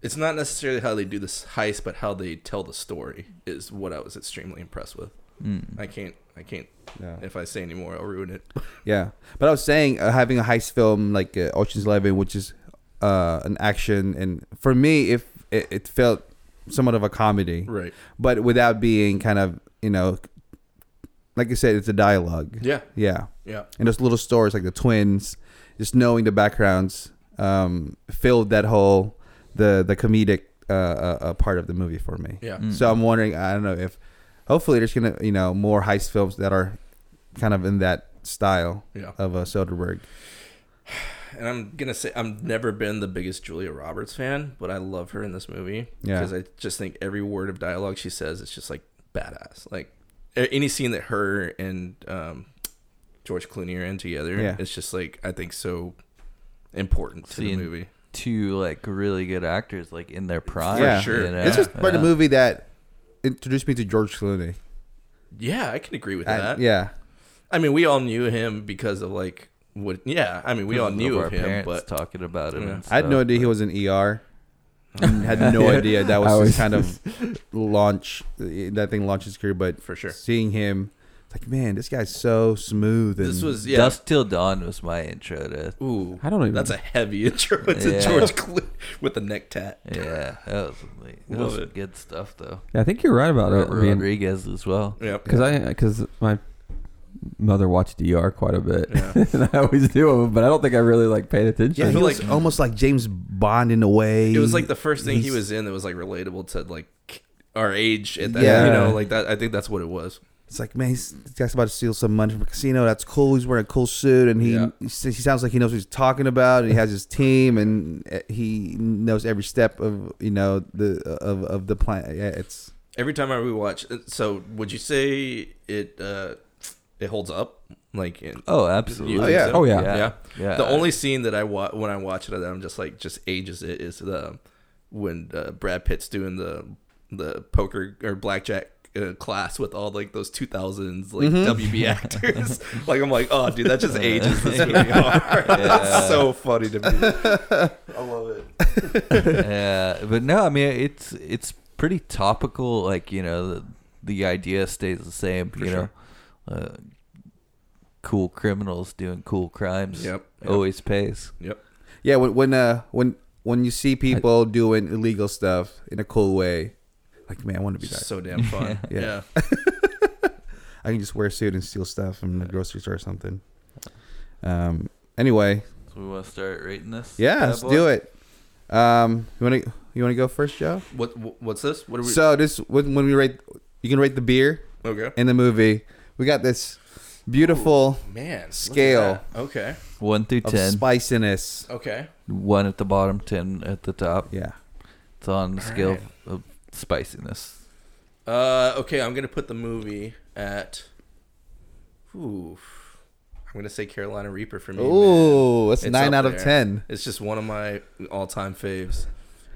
it's not necessarily how they do this heist, but how they tell the story is what I was extremely impressed with.
Mm.
I can't. I can't.
yeah.
If I say any more, I'll ruin it. *laughs*
yeah but I was saying uh, having a heist film like uh, Ocean's Eleven which is uh, an action and for me if it, it felt somewhat of a comedy
Right.
but without being kind of you know like I said it's a dialogue
Yeah.
yeah
Yeah.
and those little stories like the twins just knowing the backgrounds um, filled that whole the the comedic uh, uh, uh, part of the movie for me
Yeah.
Mm.
so i'm wondering i don't know if hopefully there's gonna you know more heist films that are kind of in that style
Yeah.
of uh, soderbergh
and I'm gonna say I've never been the biggest Julia Roberts fan, but I love her in this movie
Yeah.
because I just think every word of dialogue she says is just like badass. Like a- any scene that her and um, George Clooney are in together,
Yeah.
it's just like I think so important to
Scene.
the movie.
Two like really good actors like in their prime.
Yeah.
sure.
You know?
this was part of the movie that introduced me to George Clooney.
Yeah, I can agree with
I-
that.
yeah,
I mean, we all knew him because of like what? Yeah, I mean, we all knew
our
of him,
parents
but
talking about him.
Yeah.
and
I had no
stuff,
idea he
but-
was in ER. had no idea that
I
was
was-
his kind of launch. That thing launched his career, but
For sure.
seeing him, it's like man, this guy's so smooth. And
this was yeah.
Dusk Till Dawn was my intro to.
Ooh,
I don't even-
That's a heavy *laughs* intro into
Yeah.
George Clooney with the neck tat.
Yeah, that was, like, that
Love
was some
it.
good stuff though.
Yeah, I think you're right about it
Robert
being
Rodriguez as well.
Yep.
because I because my mother watched ER quite a bit,
Yeah.
*laughs* and I always do, but I don't think I really like paid attention.
yeah,
I
he
feel
was
like-
almost like James Bond in a way.
It was like the first thing he
He's-
was in that was like relatable to like our age at that.
Yeah.
You know, like that. I think that's what it was.
It's like man, he's, this guy's about to steal some money from a casino. That's cool. He's wearing a cool suit, and he
Yeah.
he s- he sounds like he knows what he's talking about. And he has his team, and uh, he knows every step of you know the uh, of of the plan. Yeah, it's
Every time I rewatch, uh, so would you say it uh it holds up? Like, in,
Oh, absolutely.
Oh, yeah.
Oh,
yeah.
yeah.
Yeah.
The only scene that I wa- when I watch it, that I'm just like just ages it is the when uh, Brad Pitt's doing the the poker or blackjack. Uh, class with all like those 2000s like
Mm-hmm. *laughs*
WB actors *laughs* like I'm like oh dude that just ages this
*laughs*
movie *laughs* hard that's so funny to me
yeah, Uh, but no, I mean it's it's pretty topical. Like you know, the, the idea stays the same. you
sure.
know, uh, cool criminals doing cool crimes.
Yep, yep.
always pays.
yep
yeah. When when uh when when you see people doing illegal stuff in a cool way, like man, I want to be that.
just so damn fun
*laughs* Yeah.
yeah.
I can just wear a suit and steal stuff from the grocery store or something. Um. Anyway,
So we want to start rating this.
yeah, let's do it. Um. You want to you want to go first, Joe?
what wh- what's this what are we
So this when when we rate, you can rate the beer.
okay
in the movie. We got this beautiful
man look at
Scale.
that. okay
One through
of
ten.
spiciness.
okay
One at the bottom, ten at the top.
Yeah.
It's on the scale
right.
of spiciness.
Uh, okay, I'm gonna put the movie at. Ooh, I'm gonna say Carolina Reaper for me. man.
Ooh, that's
It's
nine out
up
of
there.
ten.
It's just one of my all-time faves,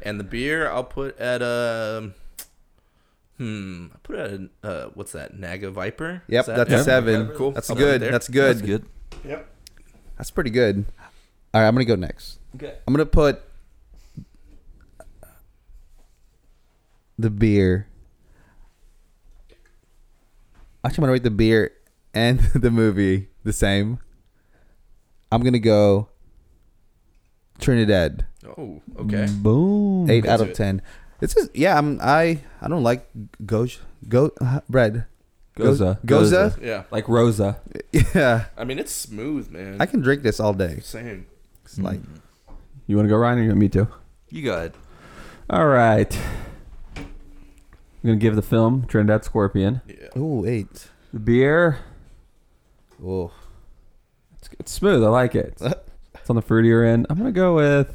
and the beer I'll put at um. Hmm, I put it at a uh, what's that Naga Viper?
Yep,
Is that-
that's
yeah,
a seven.
Naga Viper? Cool.
That's
I'll put it
good.
there.
That's good.
That's
That's good.
good.
Yep.
That's pretty good. All right, I'm gonna go next.
Okay.
I'm gonna put the beer. Actually, I'm gonna rate the beer and *laughs* the movie the same. I'm gonna go Trinidad.
Oh, okay.
Mm.
Boom.
eight out
Into
of
it.
ten. It's just yeah. I'm I I don't like goj go uh, bread.
Goza.
Goza.
Yeah,
Like Rosa.
*laughs* Yeah,
I mean it's smooth, man.
I can drink this all day.
Same.
It's like
You want to go Ryan or you want me to?
You got it.
All right. I'm gonna give the film Trinidad Scorpion.
Yeah.
ooh eight.
The beer,
Oh,
it's, it's smooth. I like it. It's, it's on the fruitier end. I'm gonna go with.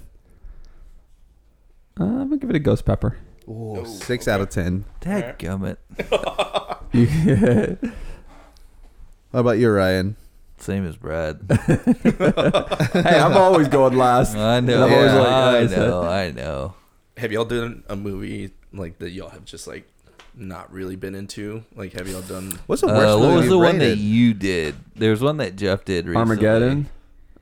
Uh, I'm gonna give it a ghost pepper. *laughs*
oh
Ooh,
six
okay.
out of ten.
That gummit.
hey,
What about you, Ryan?
Same as Brad.
*laughs*
I'm always going last.
I know.
I'm always like, oh,
I
is that-
know. I know.
Have y'all done a movie like that? Y'all have just like not really been into. Like, have y'all done?
What's the worst
Uh, what
movie
was the
you
one that
rated?
you did? There was one that Jeff did recently.
Armageddon.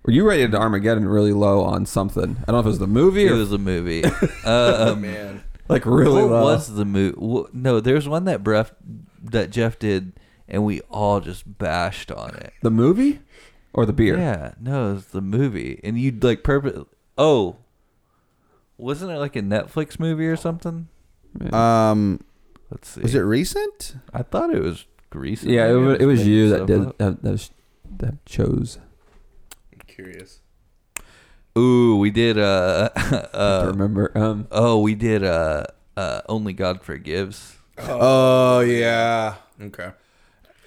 Well, you rated Armageddon really low on something. I don't know if it was the movie
It
or
was a movie. Uh,
Oh
um,
man.
*laughs* like really
what
low.
was the movie? No, there was one that Bref, that Jeff did, and we all just bashed on it.
the movie or the beer?
Yeah, no, it was the movie, and you like purpose. Oh, wasn't it like a Netflix movie or something?
Um,
Let's see.
was it recent?
I thought it was recent.
Yeah, it
Maybe
was,
I'm
it was
just
you that
making
did
stuff
that, that, sh- that chose.
I'm curious.
up. Ooh, we did. Uh, *laughs*
I
uh,
remember. Um,
oh, we did. Uh, uh, only God forgives.
Oh yeah.
Okay.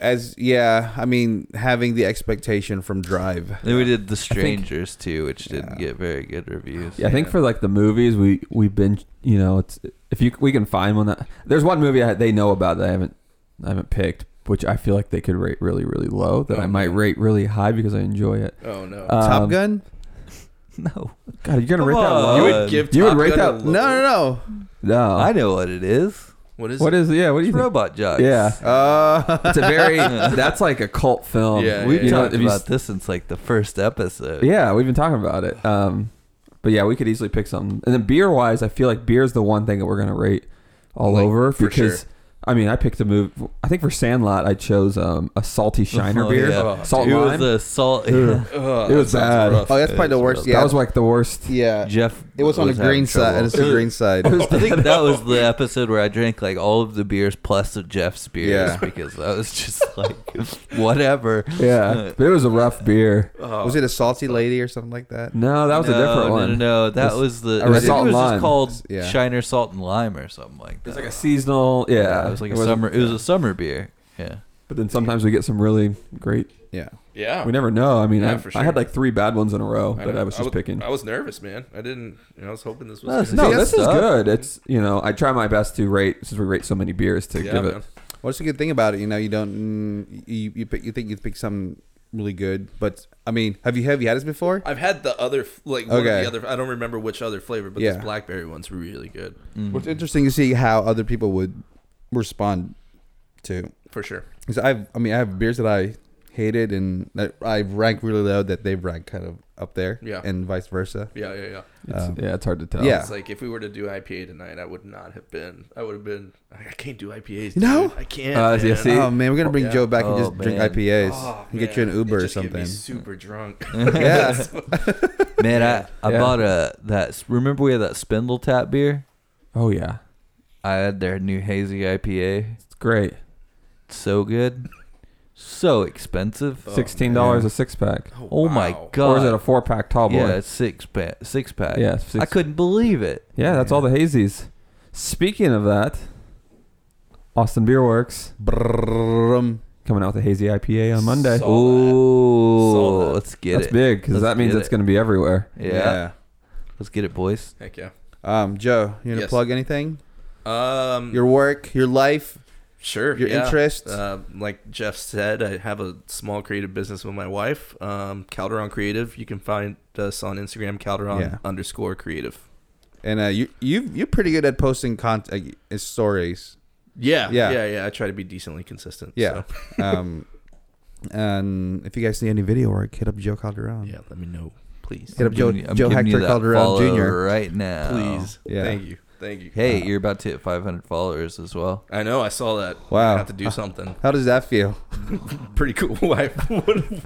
As yeah, I mean having the expectation from Drive.
Then we did The Strangers too, which didn't get very good reviews.
yeah, I think for like the movies we we binge. You know, it's if you we can find one that there's one movie I, they know about that I haven't I haven't picked, which I feel like they could rate really really low that I
Oh,
might
yeah.
rate really high because I enjoy it.
Oh no.
Uh,
Top
Um,
Gun?
No,
God, you're gonna
Come
rate that
on.
low?
you
uh,
would give.
you would
Top
rate
Gun a
that-
low-
No, no, no.
no,
I know what it is.
What is
Oh. What
it?
is yeah? What do you
It's
think?
Robot Jocks.
Yeah,
Uh,
it's a
*laughs*
very that's like a cult film.
Yeah,
we've
yeah,
talked
Talked
if you-
about this since like the first episode.
yeah, we've been talking about it. Um, but yeah, we could easily pick something. And then beer wise, I feel like beer is the one thing that we're gonna rate all
Like,
over
for
because
sure.
I mean I picked a move. I think for Sandlot I chose um, a salty Shiner
Oh,
beer, uh,
yeah.
Oh,
salt
It was
lime.
the salt.
Ugh.
Ugh,
It was
that sounds
bad.
*laughs*
rough.
oh, that's probably the
uh,
worst. Yeah,
That was like the worst.
yeah.
*laughs* Jeff.
It was on the
having
green side. *laughs*
trouble.
It's the green side.
I think that was the episode where I drank like all of the beers plus the Jeff's beers
Yeah.
because I was just like, *laughs* whatever.
Yeah, but it was a rough beer.
Oh.
Was it a salty lady or something like that?
No, that was a
no,
different
no,
one.
No, no, that
It's-
was the.
I
I
read
think
Salt
it
and
was
Lime.
just called
Yeah.
Shiner Salt and Lime or something like that.
It was like a seasonal. Yeah,
it was like a summer. It was a summer beer.
*laughs*
Yeah.
But then sometimes we get some really great.
Yeah.
Yeah.
We never know. I mean,
Yeah,
I,
for
I
sure.
had like three bad ones in a row that
know.
I was just picking.
I was nervous, man. I didn't. You know, I was hoping this was. gonna-
No,
no,
See,
this
that's
is
tough.
good. It's you know, I try my best to rate since we rate so many beers to
yeah,
give
man.
it.
What's the good thing about it? You know, you don't. mm, You you, pick, you think you pick something really good, but I mean, have you have you had this before?
I've had the other f- like one
Okay.
of the other. I don't remember which other flavor, but
Yeah. Mm.
this blackberry one's really good
Mm.
It's interesting to see how other people would respond to.
for sure.
Because I've, I mean, I have beers that I hated and that I rank really low that they've ranked kind of up there,
Yeah.
and vice versa.
Yeah, yeah, yeah.
It's, um, yeah, it's hard to tell.
yeah.
It's like if we were to do IPA tonight, I would not have been. I would have been. I can't do IPAs.
No?
dude. I can't.
Uh, yeah,
man.
see?
Oh man, we're gonna bring
Yeah.
Joe back and
Oh,
just drink
man.
IPAs
Oh,
and get you
man.
an
It
Uber or
just get me
something.
super drunk.
Yeah,
Man, I, I
Yeah.
bought a that. Remember we had that Spindle Tap beer?
Oh yeah,
I had their new hazy IPA.
it's great.
So good, so expensive.
Sixteen dollars
yeah.
a six pack,
*laughs* Oh,
Oh my
wow.
god!
Oh, or is it a four pack tall boy?
yeah, it's six pack. Six pack.
Yeah, it's six-
I couldn't believe it.
Yeah, that's all the hazies. Speaking of that, Austin Beer Works
Brrrrum.
coming out with a hazy IPA on
Saw
Monday.
that. Saw
Oh,
that.
let's get
That's
it.
big because
Let's
that means
get
it's
it.
going to be everywhere.
Yeah. let's get it, boys.
Heck yeah.
Um, Joe, you gonna
Yes.
plug anything?
Um,
Your work, your life.
sure.
your
yeah.
interests?
Uh, like Jeff said, I have a small creative business with my wife, um, Calderon Creative. You can find us on Instagram, Calderon
Yeah.
underscore creative.
And uh, you you you're pretty good at posting content uh, stories.
Yeah,
Yeah.
yeah, yeah, I try to be decently consistent.
Yeah.
so. *laughs*
um, and if you guys need any video work, hit up Joe Calderon.
yeah. Let me know, please.
Hit up
I'm
Joe
giving you- I'm
Joe
giving you
Hector
that
Calderon
follow
Jr.
right now.
Please.
Yeah.
Thank you. Thank you. Uh,
Hey, you're about to hit 500 followers as well.
I know. I saw that.
Wow.
I have to do something.
How does that feel?
Pretty cool. *laughs* I would-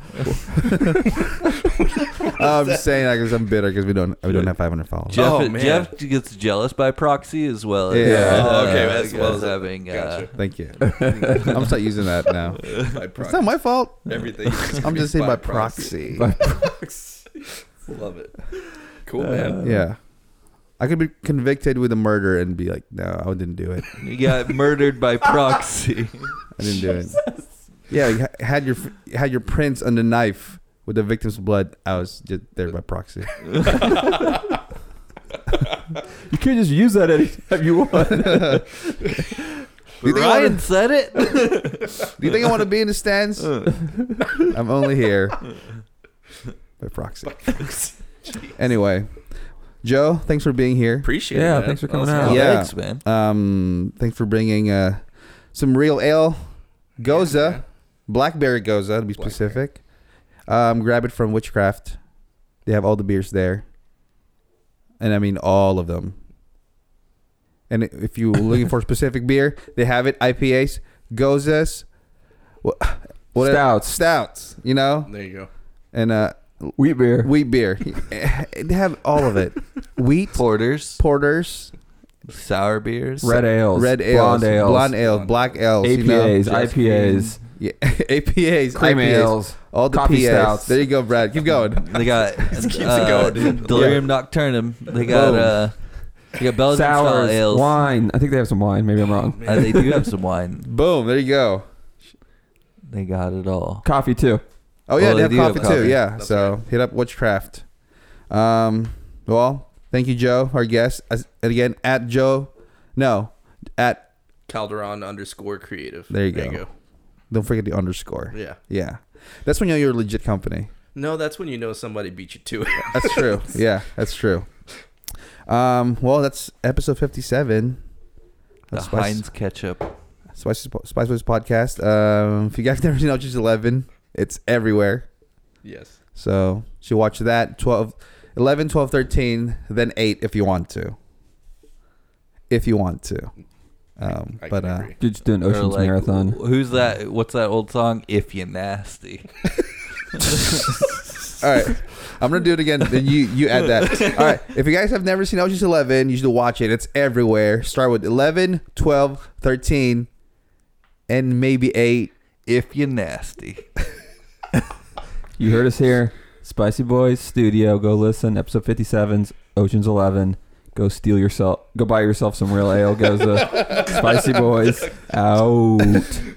I'm just saying that because I'm bitter because we don't we don't have 500 followers.
Jeff,
Oh, man.
Jeff gets jealous by proxy as well.
Yeah. *laughs*
As,
Yeah.
Oh, okay,
uh,
as well as-
having.
*laughs*
Uh,
gotcha.
Thank you. I'm start using that now.
By
It's
proxy.
not my fault. *laughs*
Everything. is
I'm just saying by proxy.
proxy. *laughs* Love it. Cool, man.
Yeah. I could be convicted with a murder and be like, no, I didn't do it.
you
*laughs*
got murdered by proxy.
I didn't do it. Yeah, you ha- had your had your prints on the knife with the victim's blood. I was just there by proxy.
You can't just use that anytime you
*laughs*
want.
Do you think I
Ryan
wanna-
said it.
Do *laughs* you think I want to be in the *laughs* stands? I'm only *laughs* here by proxy. Anyway, Joe, thanks for being here.
Appreciate it.
Yeah,
man.
thanks for
That
coming
was
out.
fun.
Yeah.
Oh, Thanks, man.
Um, thanks for bringing uh, some real ale, goza,
man.
blackberry goza to be
Blackberry.
specific. Um, grab it from Witchcraft. They have all the beers there, and I mean all of them. And if you're looking for a specific beer, they have it: IPAs, gozas, what, what
Stouts.
stouts. You know,
There you go.
and uh,
*laughs* Wheat beer.
wheat beer. *laughs* they have all of
*laughs*
it: wheat,
Porters,
porters,
sour beers,
red ales,
red ales,
blonde ales,
blonde ales,
Blonde
black ales, you know?
APAs,
Just
IPAs,
Yeah, *laughs* APAs,
cream
IPAs,
ales.
all the
coffee
PAs.
stouts.
There you go, Brad. Keep going.
They got
keeps it
uh,
going, dude.
*laughs* Delirium Nocturnum. They got uh, they got Belgian style
Sours,
ales.
wine. I think they have some wine. Maybe I'm wrong.
*laughs* Uh, they do have some wine.
Boom. There you go.
They got it all.
Coffee too.
Oh yeah,
Well,
they
they
have
do have
coffee too.
coffee.
Yeah.
That's
so hit up Witchcraft. Um. Well, thank you, Joe, our guest. As, and again, at Joe. No, at
Calderon underscore creative.
There you go. don't forget the underscore.
Yeah.
Yeah. That's when you know you're a legit company.
No, that's when you know somebody beat you to it. *laughs*
That's true. yeah, that's true. Um. Well, that's episode fifty-seven.
The
That's Spice-
Heinz ketchup.
Spice Spice Boys podcast. Um, if you guys *laughs* never seen Outrage Eleven, it's everywhere.
Yes.
So you should watch that 12, 11, 12, 13, then eight if you want to. If you want to, um,
I
but
can
uh,
agree.
Dude, just do an
Or,
Ocean's
like,
Marathon.
Who's that? What's that old song? If you nasty.
all right, I'm gonna do it again. Then you you add
*laughs*
that. All right, if you guys have never seen Outrage Eleven, you should watch it. It's everywhere. Start with 11, 12, 13, and maybe eight.
If you nasty.
You heard us here. Spicy Boys Studio. Go listen. Episode 57's Ocean's 11. Go steal yourself. Go buy yourself some real ale, Goza. Spicy Boys uh, out.